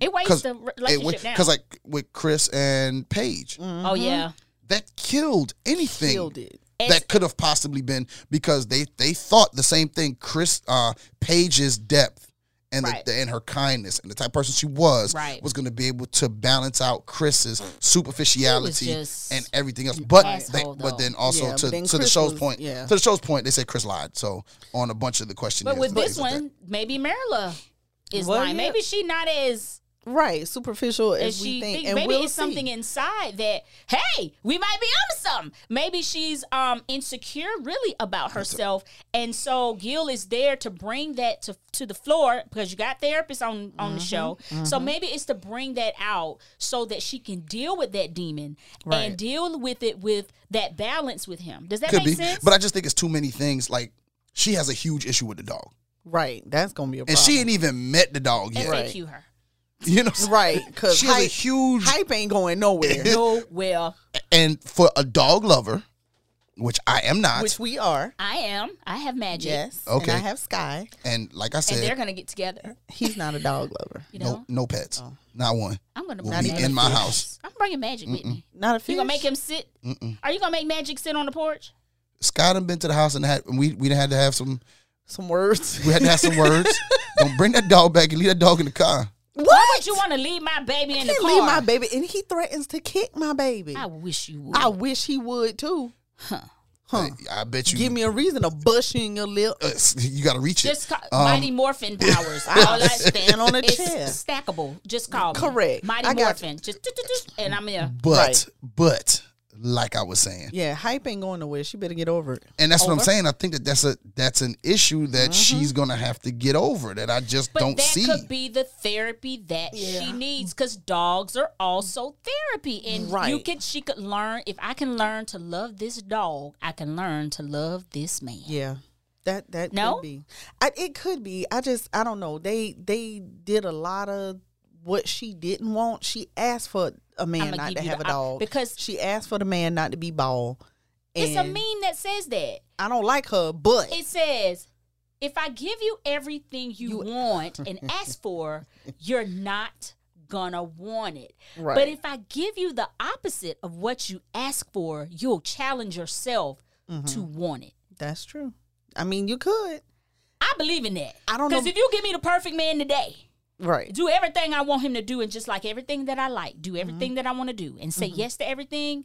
C: it weighs
D: because
C: the relationship down.
D: because like Mm-hmm. with chris and paige
C: oh yeah,
D: that killed anything
B: Mm. Killed it.
C: It's-
D: that could have possibly been because they they thought the same thing. Chris uh, Paige's depth and
C: Right.
D: the, and her kindness and the type of person she was
C: Right.
D: was going to be able to balance out Chris's superficiality
C: just
D: and everything else. But they,
C: asshole,
D: but
C: though.
D: then also
B: Yeah,
D: to,
B: but then
D: to the
B: Chris
D: show's
B: was-
D: point
B: yeah.
D: to the show's point they said Chris lied. So on a bunch of the questionnaires,
C: But with
D: and things
C: this
D: like that.
C: one, maybe Marla is
B: Well,
C: lying.
B: yeah.
C: Maybe she not as
B: Right. Superficial as,
C: as
B: we
C: she
B: think.
C: thinks.
B: and
C: maybe
B: we'll
C: it's something
B: see.
C: inside that hey, we might be onto something. Maybe she's um insecure really about herself, and so Gil is there to bring that to to the floor because you got therapists on on
B: Mm-hmm.
C: the show. So maybe it's to bring that out so that she can deal with that demon and
B: Right.
C: deal with it with that balance with him. Does that
D: could
C: make
D: be,
C: sense?
D: but I just think it's too many things like. she has a huge issue with the dog,
B: Right. That's gonna be a problem.
D: and she ain't even met the dog yet.
C: FAQ her.
D: You know, what I'm
B: right
D: saying?
B: because
D: she has a
B: hype,
D: huge
B: hype ain't going nowhere,
C: No, Oh, well,
D: and for a dog lover, which I am not,
B: which we are.
C: I am. I have magic.
B: Yes. And
D: Okay.
B: I have Sky.
D: and like I
C: And they're
D: said,
C: going to get together.
B: He's not a dog lover.
C: You know? Oh.
D: no, no pets, not one.
C: I'm going to
D: Will
C: bring
D: be
C: magic
D: in my
C: with me.
D: house.
C: I'm bringing magic with me.
B: Not a fish.
C: You going to make him sit? Are you going to make magic sit on the porch?
D: Scott done been to the house and had and we we done had to have some
B: some words.
D: we had to have some words. Don't bring that dog back and leave that dog in the car.
C: Why would you want to leave my baby in
B: He
C: the car?
B: leave my baby, and he threatens to kick my baby.
C: I
B: I,
C: wish you would.
B: wish he would too.
D: Huh. I bet you
B: Give me a reason to bush in your lip.
D: uh, you got to reach it.
C: Just call, Mighty Morphin powers. All that
B: Um, stand on a
C: it's
B: chair.
C: stackable. Just call me.
B: Correct.
C: Mighty
B: I got you.
C: Morphin. Just do, do, do, and I'm here.
D: But
B: Right.
D: but like I was saying,
B: Yeah, hype ain't going nowhere. She better get over it.
D: and that's what I'm saying. I think that that's a that's an issue that she's gonna have to get over. That I just
C: Mm-hmm. But
D: don't
C: that
D: see.
C: could be the therapy that she needs because dogs are also therapy, and you
B: Right.
C: could she could learn. If I can learn to love this dog, I can learn to love this man.
B: Yeah. That that
C: No?
B: could be. I, it could be. I just I don't know. They they did a lot of what she didn't want. She asked for a man
C: I'ma
B: not
C: give
B: to
C: you
B: have
C: the
B: a dog
C: op- because-
B: she asked for the man not to be bald.
C: It's a
B: And
C: meme that says that.
B: I don't like her, but
C: It says, if I give you everything you, want and ask for, you're not gonna want it. But
B: Right.
C: if I give you the opposite of what you ask for, you'll challenge yourself
B: Mm-hmm.
C: to want it.
B: that's true. I mean, you could.
C: I believe in that.
B: I don't
C: Because
B: know-
C: if you give me the perfect man today,
B: Right.
C: do everything I want him to do and just like everything that I like, do
B: Mm-hmm.
C: everything that I want to do and say yes to everything,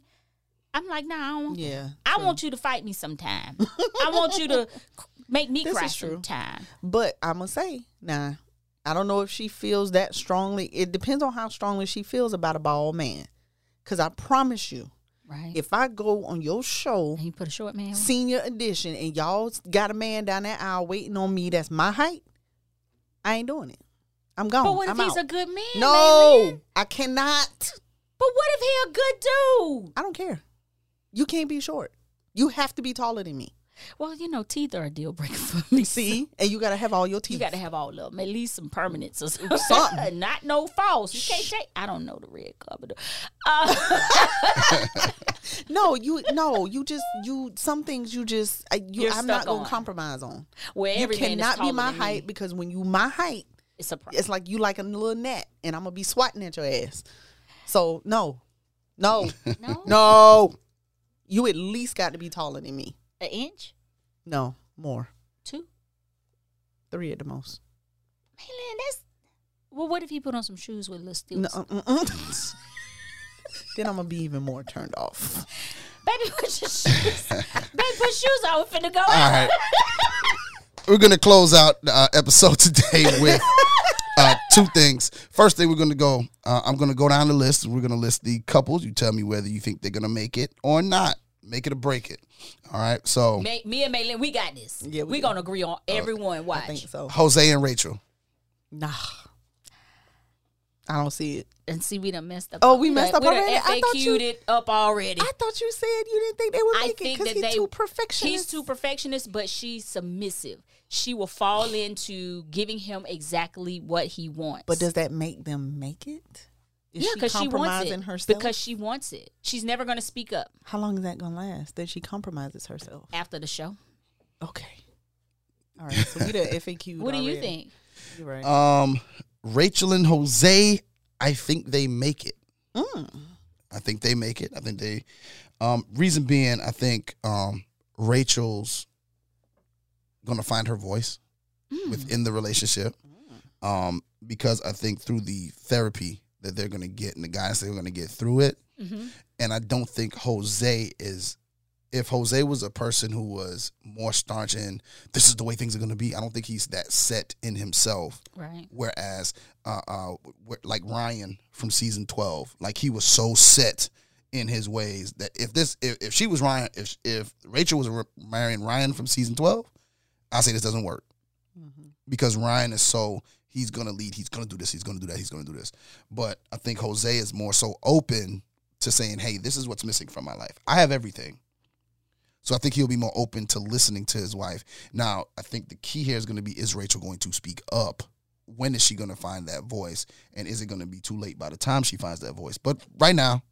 C: I'm like, nah, I don't want
B: Yeah.
C: I want you to fight me sometime. I want you to c- make me
B: This
C: cry
B: is true.
C: sometime.
B: But I'm gonna say, nah, I don't know if she feels that strongly. It depends on how strongly she feels about a bald man. Cause I promise you,
C: Right.
B: if I go on your show,
C: And you put a short man. on?
B: senior edition, and y'all got a man down that aisle waiting on me that's my height, I ain't doing it. I'm gone.
C: But what if
B: I'm
C: he's
B: out.
C: a good man?
B: no,
C: Leland?
B: I cannot.
C: But what if he a good dude?
B: I don't care. You can't be short. You have to be taller than me.
C: Well, you know, teeth are a deal breaker for me.
B: See, and you gotta have all your teeth.
C: You got to have all of them, at least some permanents or something.
B: Something.
C: Not no false. You can't take. I don't know the red carpet. Uh,
B: No, you no, you just you some things you just I, you,
C: You're
B: I'm not
C: stuck
B: gonna
C: on.
B: compromise on.
C: where
B: You
C: every man is
B: cannot be
C: taller
B: my
C: than me.
B: height because when you my height,
C: It's a problem.
B: it's like you like a little gnat, and I'm gonna be swatting at your ass. So no, no,
C: no,
B: no, you at least got to be taller than me.
C: an inch,
B: No, more
C: two.
B: three at the most.
C: Man, that's. Well, what if he put on some shoes with little
B: No,
C: stilts?
B: mm-mm. then I'm gonna be even more turned off.
C: Baby, put your shoes. Baby, put shoes on. We're finna go out.
D: All right. we're going to close out the uh, episode today with uh, two things. First thing, we're going to go, uh, I'm going to go down the list. We're going to list the couples. You tell me whether you think they're going to make it or not. Make it or break it. All right. So,
C: May, me and Maylin, we got this.
B: Yeah,
C: we
B: we
C: are
B: do.
C: gonna agree on everyone. Watch.
B: Oh, I think so.
D: Jose and Rachel.
B: Nah, I don't see it.
C: And see, we done messed up.
B: Oh, we messed up
C: done
B: already? I thought you-
C: FAQ'd it up already.
B: I thought you said you didn't think they would
C: I
B: make it
C: think
B: because
C: that
B: he's
C: they
B: too perfectionist.
C: He's too perfectionist, but she's submissive. She will fall into giving him exactly what he wants.
B: But does that make them make it? Is
C: yeah,
B: she
C: because she, wants
B: compromising
C: it
B: herself?
C: because she wants it. She's never going to speak up
B: how long is that gonna last? That she compromises herself.
C: after the show.
B: Okay. All right. So we the FAQ.
C: what do you think?
B: You're right.
D: Um, Rachel and Jose, I think they make it. I think they make it. I think they. Um, reason being, I think um, Rachel's gonna find her voice within the relationship, um, because I think through the therapy that they're gonna get and the guidance they're gonna get through it, and I don't think Jose is. If Jose was a person who was more staunch in this is the way things are gonna be, I don't think he's that set in himself
C: Right.
D: whereas uh, uh wh- like Ryan from season 12 like he was so set in his ways that if this if, if she was Ryan if if Rachel was re- marrying Ryan from season 12 I say this doesn't work because Ryan is so he's going to lead he's going to do this he's going to do that he's going to do this but I think Jose is more so open to saying hey this is what's missing from my life I have everything So I think he'll be more open to listening to his wife. Now, I think the key here is going to be is Rachel going to speak up? When is she going to find that voice? And is it going to be too late by the time she finds that voice? But right now,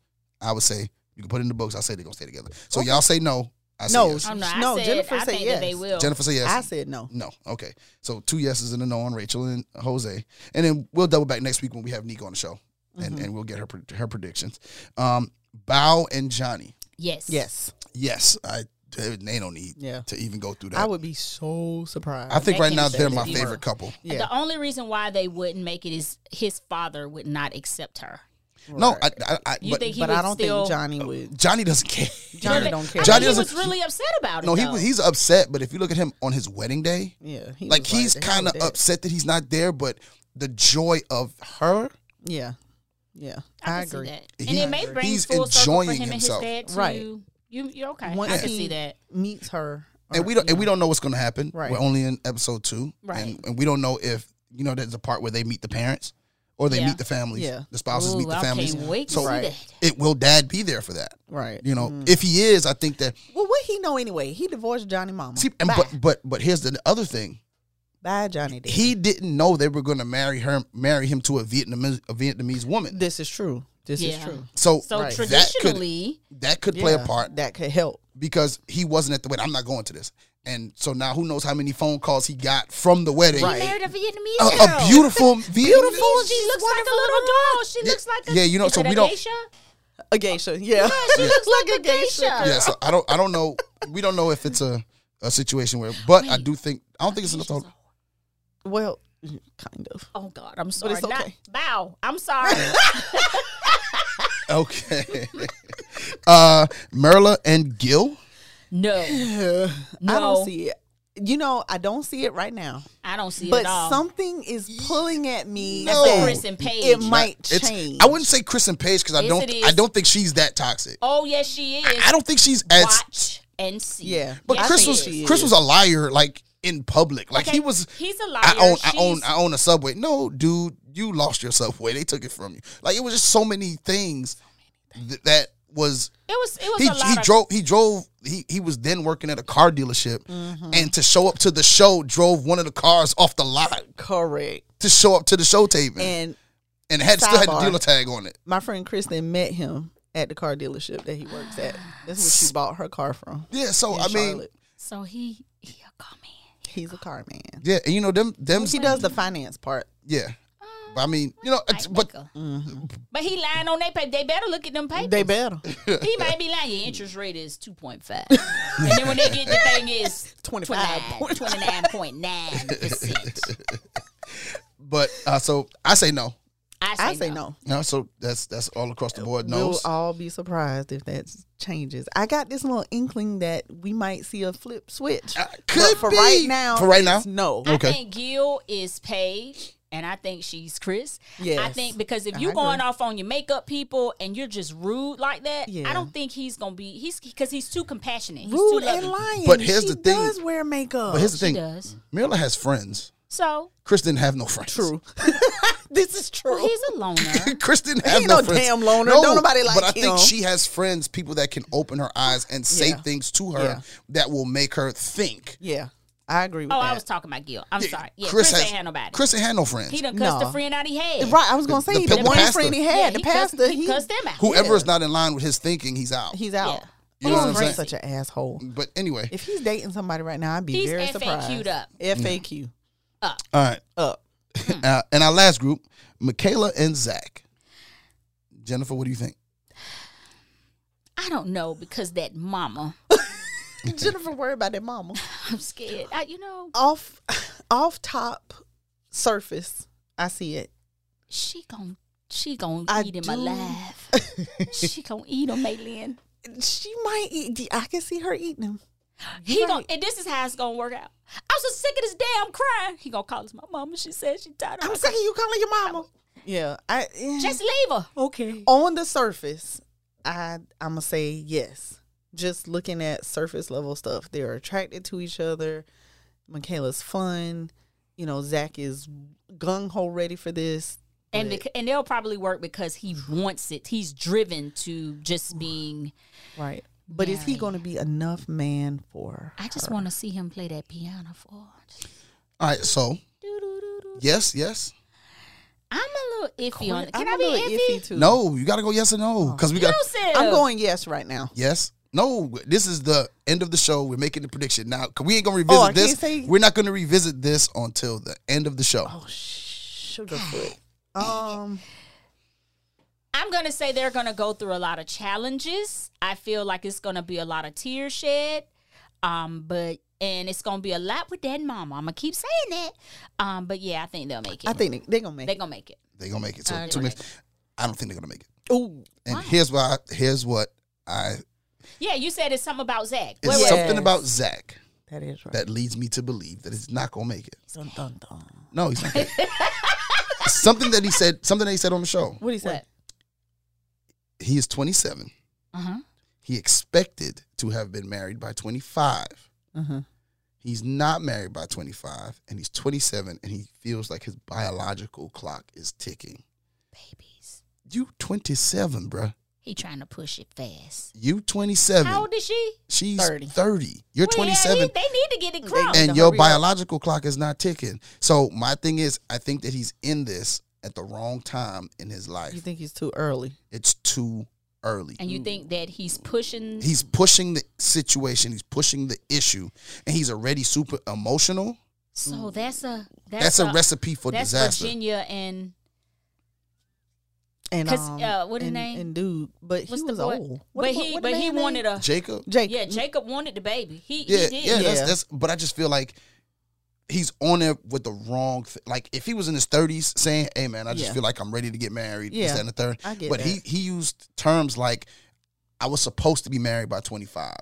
D: I would say you can put it in the books. I say they're going to stay together. So y'all say no. I say
B: No,
D: yes.
C: I'm not.
B: No,
C: I said,
B: Jennifer
C: I
B: said
C: think that they
B: yes.
C: will.
D: Jennifer say yes.
B: I said no.
D: No. Okay. So two yeses and a no on Rachel and Jose, and then we'll double back next week when we have Nico on the show, and, and we'll get her pred- her predictions. Um, Bow and Johnny.
C: yes.
B: Yes.
D: Yes, I. They they don't need
B: Yeah.
D: to even go through that.
B: I would be so surprised.
D: I think
C: That
D: right
C: can
D: now
C: be
D: they're my
C: easy.
D: favorite couple.
B: yeah.
C: The only reason why they wouldn't make it is his father would not accept her.
D: No, I. I, I
C: You
D: but
C: think he
B: but
C: would
B: I don't
C: still,
B: think Johnny would.
D: Johnny doesn't care.
B: Johnny don't care.
C: I
D: Johnny
C: Johnny he was
D: doesn't-
C: really upset about it.
D: No, he
C: though.
D: was he's upset. But if you look at him on his wedding day,
B: Yeah. he
D: like
B: was
D: he's
B: the hell
D: kind of
B: with that.
D: upset that he's not there. But the joy of her,
B: Yeah. Yeah.
C: I,
B: I,
C: can see
B: agree.
C: that.
D: He-
C: and it may bring
D: he's
C: full circle for
D: enjoying
C: him
D: himself.
C: and his dad to
B: Right.
C: you. You're okay.
B: Once
C: I can
B: he
C: see that.
B: Meets her. uh,
D: and
B: or-
D: we don't and we don't know what's going to happen.
B: Right.
D: We're only in episode two,
C: Right.
D: And, and we don't know if you know there's a part where they meet the parents or they
C: Yeah.
D: meet the families.
B: Yeah.
D: the spouses meet
C: Ooh,
D: the
C: I
D: families.
C: can't wait to
D: so
C: see
B: Right.
C: that.
D: it will dad be there for that?
B: Right. Mm.
D: You know, if he is, I think that.
B: Well, what he know anyway? He divorced Johnny Mama.
D: See, and
B: Bye.
D: but but but here's the other thing.
B: Bye, Johnny. Depp.
D: He didn't know they were going to marry her, marry him to a Vietnamese a Vietnamese woman.
B: this is true. This is
C: Yeah.
B: true.
D: So
C: So
B: Right.
D: that could
C: traditionally,
D: that could play a
B: Yeah,
D: part
B: that could help.
D: because he wasn't at the wedding. I'm not going to this. And so now who knows how many phone calls he got from the wedding?
B: Right.
C: married a Vietnamese
D: A,
C: girl.
D: a beautiful, beautiful.
C: She, looks like a little doll. She looks like a
D: yeah, you know,
C: is
D: so
C: it a
D: we don't-
C: geisha?
B: A geisha. Yeah.
C: She looks like a geisha.
D: yeah, so I don't I don't know. We don't know if it's a, a situation where, but I do think I don't think it's enough. To,
B: well, kind of.
C: Oh God, I'm sorry.
B: it's
C: Not,
B: okay.
C: bow. I'm sorry.
D: okay, uh, Merla and Gil.
C: no,
B: I
C: No.
B: don't see it. You know, I don't see it right now.
C: I don't see it
B: But
C: at all.
B: something is pulling at me.
D: No.
B: that
C: Chris and Paige.
B: It might
D: It's
B: change.
D: I wouldn't say Chris and Paige because I
C: Yes,
D: don't
C: it is.
D: I don't think she's that toxic.
C: oh yes, she is.
D: I don't think she's as.
C: Watch and see.
B: Yeah.
D: But
C: Yes,
D: Chris
C: she
D: was
C: is.
B: she
D: Chris
B: is.
D: was a liar like in public. Like
C: Okay,
D: he was.
C: He's a liar.
D: I own I
C: She's-
D: own I own a subway. No, dude, you lost your subway. They took it from you. Like it was just so many things th- that was
C: It was. It was
D: he,
C: a lot
D: he
C: of
D: drove he drove he, he was then working at a car dealership and to show up to the show drove one of the cars off the lot
B: Correct.
D: to show up to the show taping and,
B: And
D: had still had the
B: sidebar.
D: dealer tag on it
B: my friend Kristen met him at the car dealership that he works at. That's where she bought her car from.
D: yeah so
B: in
D: i mean
B: Charlotte.
C: So he he a come in.
B: he's a car man.
D: yeah and you know them them
B: He does the finance part.
D: yeah But i mean you know it's, but
C: Michael. But he lying on their paper. They better look at them papers.
B: Mm-hmm. They better.
C: he might be lying. Your interest rate is two point five, and then when they get the thing is
B: 25.
C: 29.9 percent.
D: but uh so i say no
C: I say,
B: I say no.
D: no so that's that's all across the board
B: We'll
D: no
B: all be surprised if that changes. I got this little inkling that we might see a flip switch.
D: Uh, could
B: but for
D: be.
B: right now,
D: For right now?
B: it's no.
D: Okay.
C: I think Gil is Paige, and I think she's Chris. I
B: Yes.
C: think because if
B: I
C: you
B: agree.
C: going off on your makeup people and you're just rude like that,
B: Yeah.
C: I don't think he's gonna be. He's because he's too compassionate. He's
B: Rude
C: too
B: and
C: loving.
B: lying.
D: But here's
B: she
D: the thing-
B: Does wear makeup?
D: but here's the
C: She
D: thing
C: does.
D: Mirla has friends
C: So
D: chris didn't have no friends
B: true. this is true.
C: well, he's a loner.
D: Kristen have
B: ain't
D: no,
B: no
D: friends.
B: damn loner. Don't nobody like
D: But I
B: him.
D: think she has friends, people that can open her eyes and say
B: Yeah.
D: things to her
B: Yeah.
D: that will make her think.
B: yeah, I agree with
C: oh,
B: that.
C: I was talking about Gil. I'm sorry. Yeah, Chris, ain't had nobody.
D: Chris ain't had no friends.
C: he done cussed
B: No.
C: the friend out he had.
B: Right, I was gonna say the,
D: The- the
B: one
D: pastor.
B: friend he had,
C: Yeah,
B: the
C: he cussed-
B: pastor,
C: he,
B: he,
C: cussed them out.
D: Whoever is not in line with his thinking, he's out.
B: he's out. Oh,
C: Yeah.
D: You know what I'm
B: He's
D: saying?
B: such an asshole.
D: but anyway,
B: If he's dating somebody right now, I'd be
C: He's
B: very surprised.
C: FAQ'd up.
B: FAQ
D: all right.
B: up.
D: Uh, and our last group, Michaela and Zach. Jennifer, what do you think?
C: I don't know because that mama.
D: Mm-hmm.
B: Jennifer, worry about that mama.
C: I'm scared. I, you know,
B: Off, off top surface, I see it.
C: she gon' she gon'
B: I
C: eat him
B: do.
C: alive. she gon' eat him, Maylin.
B: She might eat. I can see her eating him.
C: He gon' and this is how it's gonna work out. I'm so sick of this damn crying. He gonna call us my mama. She said she tired of
B: I'm
C: my
B: sick of you calling your mama. Yeah, I eh.
C: Just leave her. Okay.
B: on the surface, I I'm gonna say yes. Just looking at surface level stuff, they're attracted to each other. Michaela's fun. You know, Zach is gung ho ready for this.
C: And bec- and they'll probably work because he wants it. He's driven to just being
B: Right. But is he going to be enough man for?
C: I just want to see him play that piano for. her. Just
D: All right, so
C: doo-doo-doo-doo.
D: yes, yes.
C: I'm a little iffy on it.
B: I'm
C: Can i
B: a little
C: be iffy?
B: too.
D: No, you got to go yes or no because we got
C: Joseph.
B: I'm going yes right now.
D: yes. No, this is the end of the show. We're making the prediction now. 'cause we ain't gonna
B: Oh, I can't
D: revisit this.
B: say-
D: We're not gonna revisit this until the end of the show.
B: Sugarfoot. Um,
C: I'm going to say they're going to go through a lot of challenges. I feel like it's going to be a lot of tear shed. Um, but and it's going to be a lot with that mama. I'm going to keep saying that. Um, but yeah, I think they'll make it.
B: I think they're gonna make.
C: they're
B: It.
C: going to make it.
D: They gonna make it. So
C: Alright.
D: two minutes. I don't think they're gonna make it.
B: Ooh,
D: And here's why. Here's what I.
C: Yeah, you said it's something about Zach.
D: It's
C: Wait, wait.
D: something
B: Yes.
D: about Zach
B: that is right.
D: that leads me to believe that it's not gonna make it.
B: Dun, dun, dun.
D: No, he's not. Gonna. something that he said. Something that he said on the show.
B: What he said?
D: He is 27.
C: Uh-huh.
D: He expected to have been married by 25.
B: Uh-huh.
D: He's not married by 25, and he's 27, and he feels like his biological clock is ticking.
C: Babies.
D: You 27, bruh.
C: He trying to push it fast.
D: You 27.
C: How old is she?
D: She's 30.
B: 30.
D: You're
C: Well, yeah, he-
D: 27.
C: they need to get it crunk.
D: and
B: to
D: your
B: hurry up.
D: biological clock is not ticking. So my thing is, I think that he's in this at the wrong time in his life.
B: You think he's too early?
D: it's too early. Mm.
C: and you think that he's pushing
D: he's pushing the situation. He's pushing the issue, and he's already super emotional.
C: so that's a
D: Mm. That's, a, recipe for
C: that's
D: disaster.
C: Virginia and
B: And
C: 'Cause,
B: um,
C: uh, what his
B: and,
C: name?
B: and dude, but
C: what's
B: he
C: the
B: was
C: boy?
B: old.
C: but he but he wanted a
D: Jacob.
B: Jake.
C: yeah Jacob wanted the baby. He
D: Yeah,
C: he did.
D: yeah, That's,
B: Yeah.
D: that's. But I just feel like he's on it with the wrong. Th- like if he was in his thirties saying, "Hey man, I just
B: Yeah.
D: feel like I'm ready to get married," yeah,
B: Yeah.
D: that and the third.
B: I get
D: but
B: that.
D: he he used terms like, "I was supposed to be married by 25.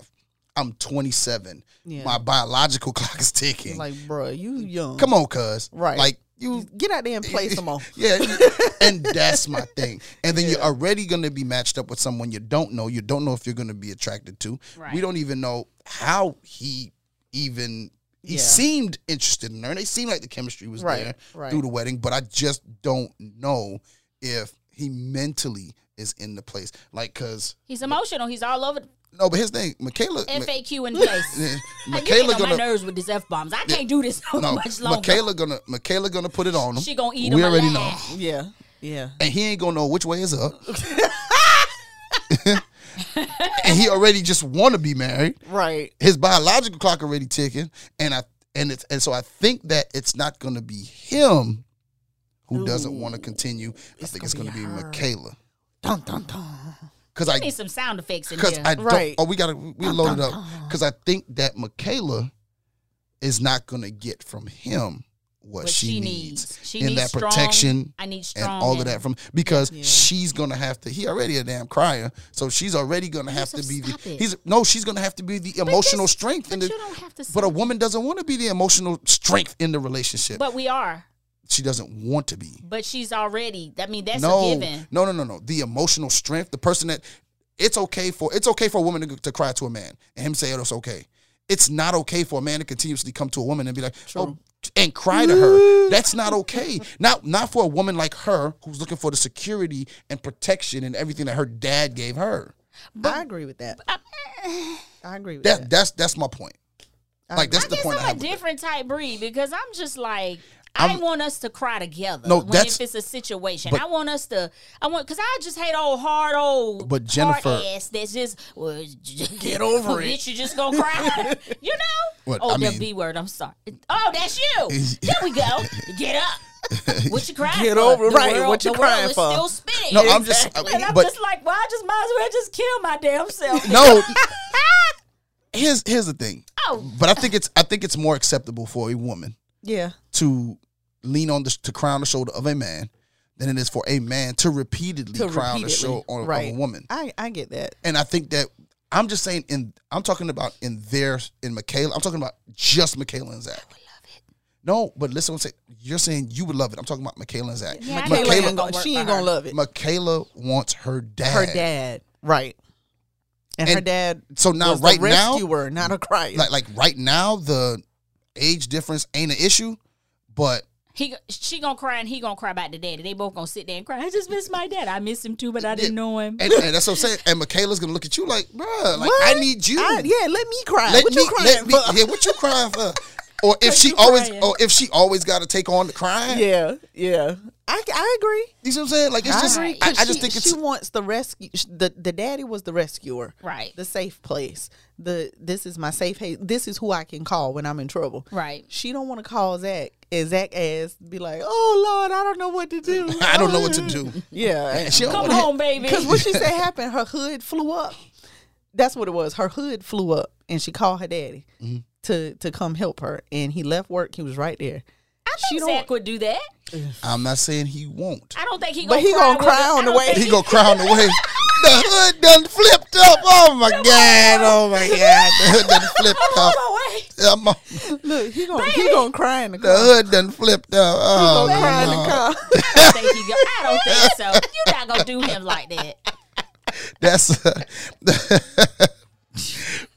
D: I'm 27.
B: Yeah.
D: My biological clock is ticking.
B: Like, bruh, you young.
D: Come on, cuz.
B: Right.
D: Like you
B: get out there and play some more.
D: Yeah, and that's my thing. And then you're already going to be matched up with someone you don't know. You don't know if you're going to be attracted to.
C: Right.
D: We don't even know how he even he
B: Yeah.
D: seemed interested in her. They seemed like the chemistry was
B: Right,
D: there
B: right.
D: through the wedding, but I just don't know if he mentally is in the place. Like, cause
C: He's emotional. He's all over the
D: no, but his thing, Michaela. Ma-
C: FAQ in place.
D: eh,
C: Like, you
D: Michaela
C: get on my
D: gonna
C: nerves with this f bombs. I can't do this so
D: no,
C: much longer.
D: Michaela gonna Michaela gonna put it on him.
C: She gonna eat
D: We
C: him
D: already know.
C: alive.
B: Yeah, yeah.
D: and he ain't gonna know which way is up. and he already just want to be married.
B: Right.
D: His biological clock already ticking, and I and it's and so I think that it's not gonna be him who doesn't want to continue. I think it's gonna be, Michaela
B: Dun dun dun.
D: because
C: We
D: I
C: need some sound effects in
D: because
C: here.
D: I don't,
B: Right.
D: oh we gotta we loaded up because I think that Michaela is not gonna get from him what,
C: What
D: she,
C: she
D: needs,
C: needs. She
D: in
C: needs
D: that
C: strong-
D: protection
C: I need strong
D: and all of
C: men.
D: that from because she's gonna have to. He already a damn crier, so she's already gonna have to
C: Yusuf,
D: be the.
C: stop it.
D: He's no, she's gonna have to be the emotional
C: this-
D: strength. in
C: but
D: the,
C: you don't have to
D: But
C: say-
D: a woman doesn't want to be the emotional strength in the relationship.
C: but we are.
D: she doesn't want to be.
C: But she's already. I mean, that's a
D: No,
C: given.
D: no, no, no, no. The emotional strength, the person that it's okay for. It's okay for a woman to, to cry to a man and him say it's okay. It's not okay for a man to continuously come to a woman and be like, oh, and cry to her. That's not okay. Not not for a woman like her who's looking for the security and protection and everything that her dad gave her.
B: I agree with that. I agree with
D: That
B: that.
D: that's that's my point. Like that's the
C: guess
D: point I
C: I'm
D: have.
C: a
D: with that.
C: different type breed because I'm just like I want us to cry together.
D: No,
C: when,
D: that's-
C: if it's a situation.
D: but-
C: I want us to. I want because I just hate old hard old.
D: But Jennifer-
C: hard ass that's just well, just
D: Get over it.
C: Bitch, you just gonna cry. you know.
D: What,
C: oh,
D: I
C: the
D: mean-
C: B word. I'm sorry. Oh, that's you. there we go. Get up. What you crying
B: Get
C: for?
B: over it.
C: The
B: Right,
C: world-
B: what you
C: the world
B: crying
C: is
B: for?
C: Still spinning.
D: No, I'm just- Exactly.
C: And I'm
D: but-
C: just like, well, I just might as well just kill my damn self.
D: No. here's here's the thing.
C: Oh.
D: But I think it's I think it's more acceptable for a woman
B: yeah.
D: to lean on the to cry on the shoulder of a man than it is for a man to repeatedly
B: To
D: cry on the
B: repeatedly.
D: shoulder on, of
B: Right.
D: a woman.
B: I I get that.
D: And I think that I'm just saying in I'm talking about in their in Michaela. I'm talking about just Michaela and Zach. I would love it. No, but listen, what I'm saying. you're saying you would love it. I'm talking about Michaela and Zach.
C: Yeah, I know
B: Michaela
C: Michaela-
B: ain't gonna, she ain't gonna love it.
D: Michaela wants her dad.
B: Her dad. Right. And, her
D: And
B: dad.
D: so now,
B: was the
D: right now-
B: rescuer, not a crier.
D: Like like right now, the age difference ain't an issue, but
C: He, she gonna cry and he gonna cry about the daddy. They both gonna sit there and cry. I just miss my dad. I miss him too, but I didn't know him.
D: And, and that's what I'm saying. And Michaela's gonna look at you like, bruh, like I need you.
B: I- yeah, let me cry.
D: Let
B: what
D: me,
B: you crying
D: let me,
B: for?
D: yeah, what you crying for? Or if she
C: you
D: always,
C: crying.
D: or if she always got to take on the crying.
B: Yeah, yeah. I, I agree.
D: You see what I'm saying? Like it's just, I,
B: agree,
D: I
B: 'cause
D: just
B: she-
D: think it's
B: she wants the rescue. sh- the The daddy was the rescuer,
C: Right.
B: The safe place. The this is my safe haven. This is who I can call when I'm in trouble,
C: Right.
B: She don't want to call Zach. And Zach ass be like, "Oh Lord, I don't know what to do. Oh,
D: I don't know what to do.
B: Yeah,
D: She don't
C: Come
D: wanna-
C: home, baby.
B: because what she said happened. Her hood flew up. That's what it was. Her hood flew up, and she called her daddy
D: Mm-hmm.
B: to to come help her. And he left work. He was right there.
C: I
B: she
C: think
B: don't-
C: Zach would do that.
D: I'm not saying he won't.
C: I don't think he. Gonna
B: But he
C: cry
B: gonna cry on the way.
D: He gonna cry on the way. The hood done flipped up. Oh my god. Oh my god. The hood done flipped up.
C: way.
D: I'm on-
B: Look, he gonna he gonna cry in the
D: The
B: car.
D: hood done flipped up. Oh,
B: Gonna cry in the
D: no.
B: car.
C: I don't think he. Go, I don't think so. You're not gonna do him like that.
D: That's.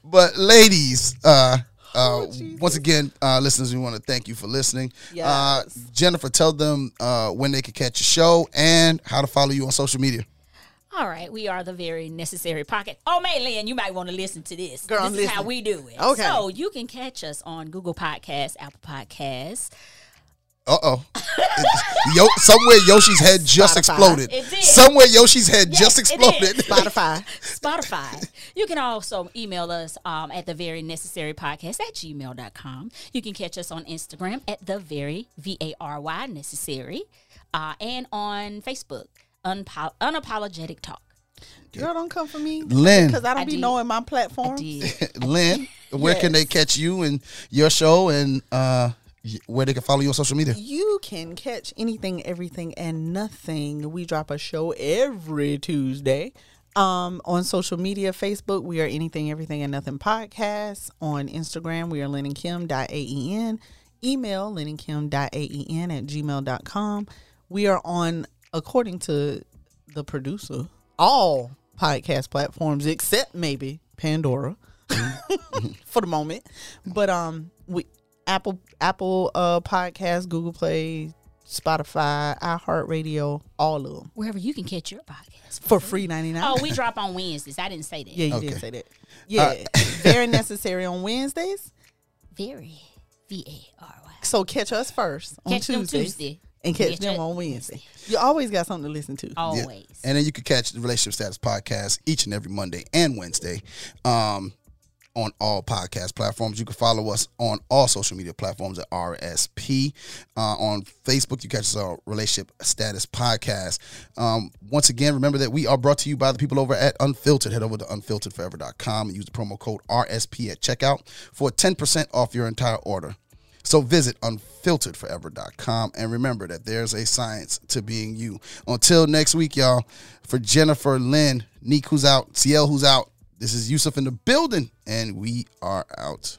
D: but ladies, uh,
C: Oh,
D: uh, once again, uh, listeners, we want to thank you for listening. Uh, Jennifer, tell them uh, when they can catch a show and how to follow you on social media.
C: All right, we are the very necessary pocket. Oh, man, Lynn, you might want to listen to this.
B: Girl,
C: this
B: I'm
C: is how
B: listening.
C: we do it.
B: Okay.
C: So you can catch us on Google Podcasts, Apple Podcasts.
D: Uh oh. Yo, somewhere Yoshi's head just exploded.
C: It did.
D: Somewhere Yoshi's head
C: Yes,
D: just
C: it
D: exploded.
C: did.
B: Spotify.
C: Spotify. You can also email us um, at the very necessary podcast at gmail.com. You can catch us on Instagram at the very V A R Y necessary uh, and on Facebook, Unpo- Unapologetic Talk.
B: Girl, don't come for me.
D: Lynn.
B: Because I don't
C: I
B: be
C: did.
B: knowing my platform.
C: Did-
D: Lynn, where can they catch you and your show and uh, y- where they can follow you on social media?
B: You can catch anything, everything, and nothing. We drop a show every Tuesday. Um, on social media, Facebook, we are anything, everything, and nothing podcast. On Instagram, we are Lynn and Kim dot aen. Email Lynn and Kim dot aen at gmail.com. We are on, according to the producer, all podcast platforms except maybe Pandora. for the moment. But um, we Apple Apple uh podcast, Google Play, Spotify, iHeartRadio, all of them
C: Wherever you can catch your podcast.
B: for free ninety nine.
C: Oh, we drop on Wednesdays. I didn't say that.
B: yeah, you didn't say that. Yeah, very necessary on Wednesdays.
C: Very V A R Y.
B: So catch us first on
C: Catch them
B: Tuesdays
C: Tuesday.
B: and catch
C: Catch Oh.
B: them
C: it
B: on Wednesday. You always got something to listen to.
C: Always.
D: And then you can catch the Relationship Status Podcast each and every Monday and Wednesday um, on all podcast platforms. You can follow us on all social media platforms at RSP. Uh, on Facebook, you catch us on Relationship Status Podcast. Um, once again, remember that we are brought to you by the people over at Unfiltered. Head over to unfilteredforever.com and use the promo code RSP at checkout for 10% off your entire order. So visit unfilteredforever.com and remember that there's a science to being you. Until next week, y'all, for Jennifer, Lynn, Neek, who's out, CL, who's out, this is Yusuf in the building, and we are out.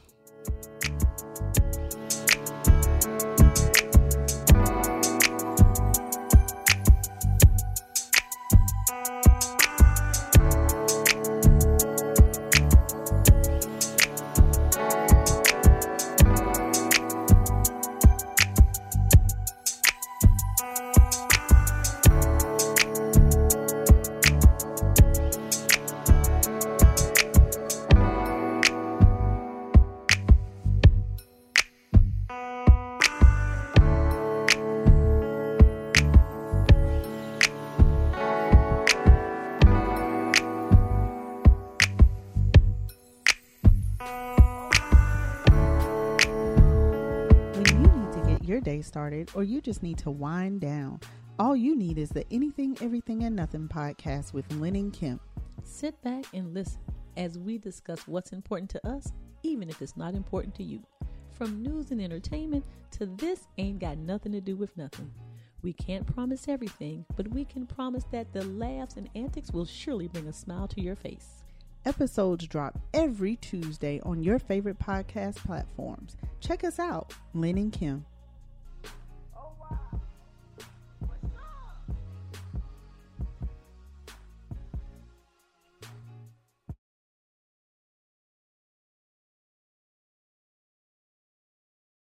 B: When you need to get your day started or you just need to wind down, all you need is the Anything, Everything, and Nothing podcast with Lynn and Kemp.
G: Sit back and listen as we discuss what's important to us, even if it's not important to you. From news and entertainment to this ain't got nothing to do with nothing. We can't promise everything, but we can promise that the laughs and antics will surely bring a smile to your face.
B: Episodes drop every Tuesday on your favorite podcast platforms. Check us out, Lynn and Kim.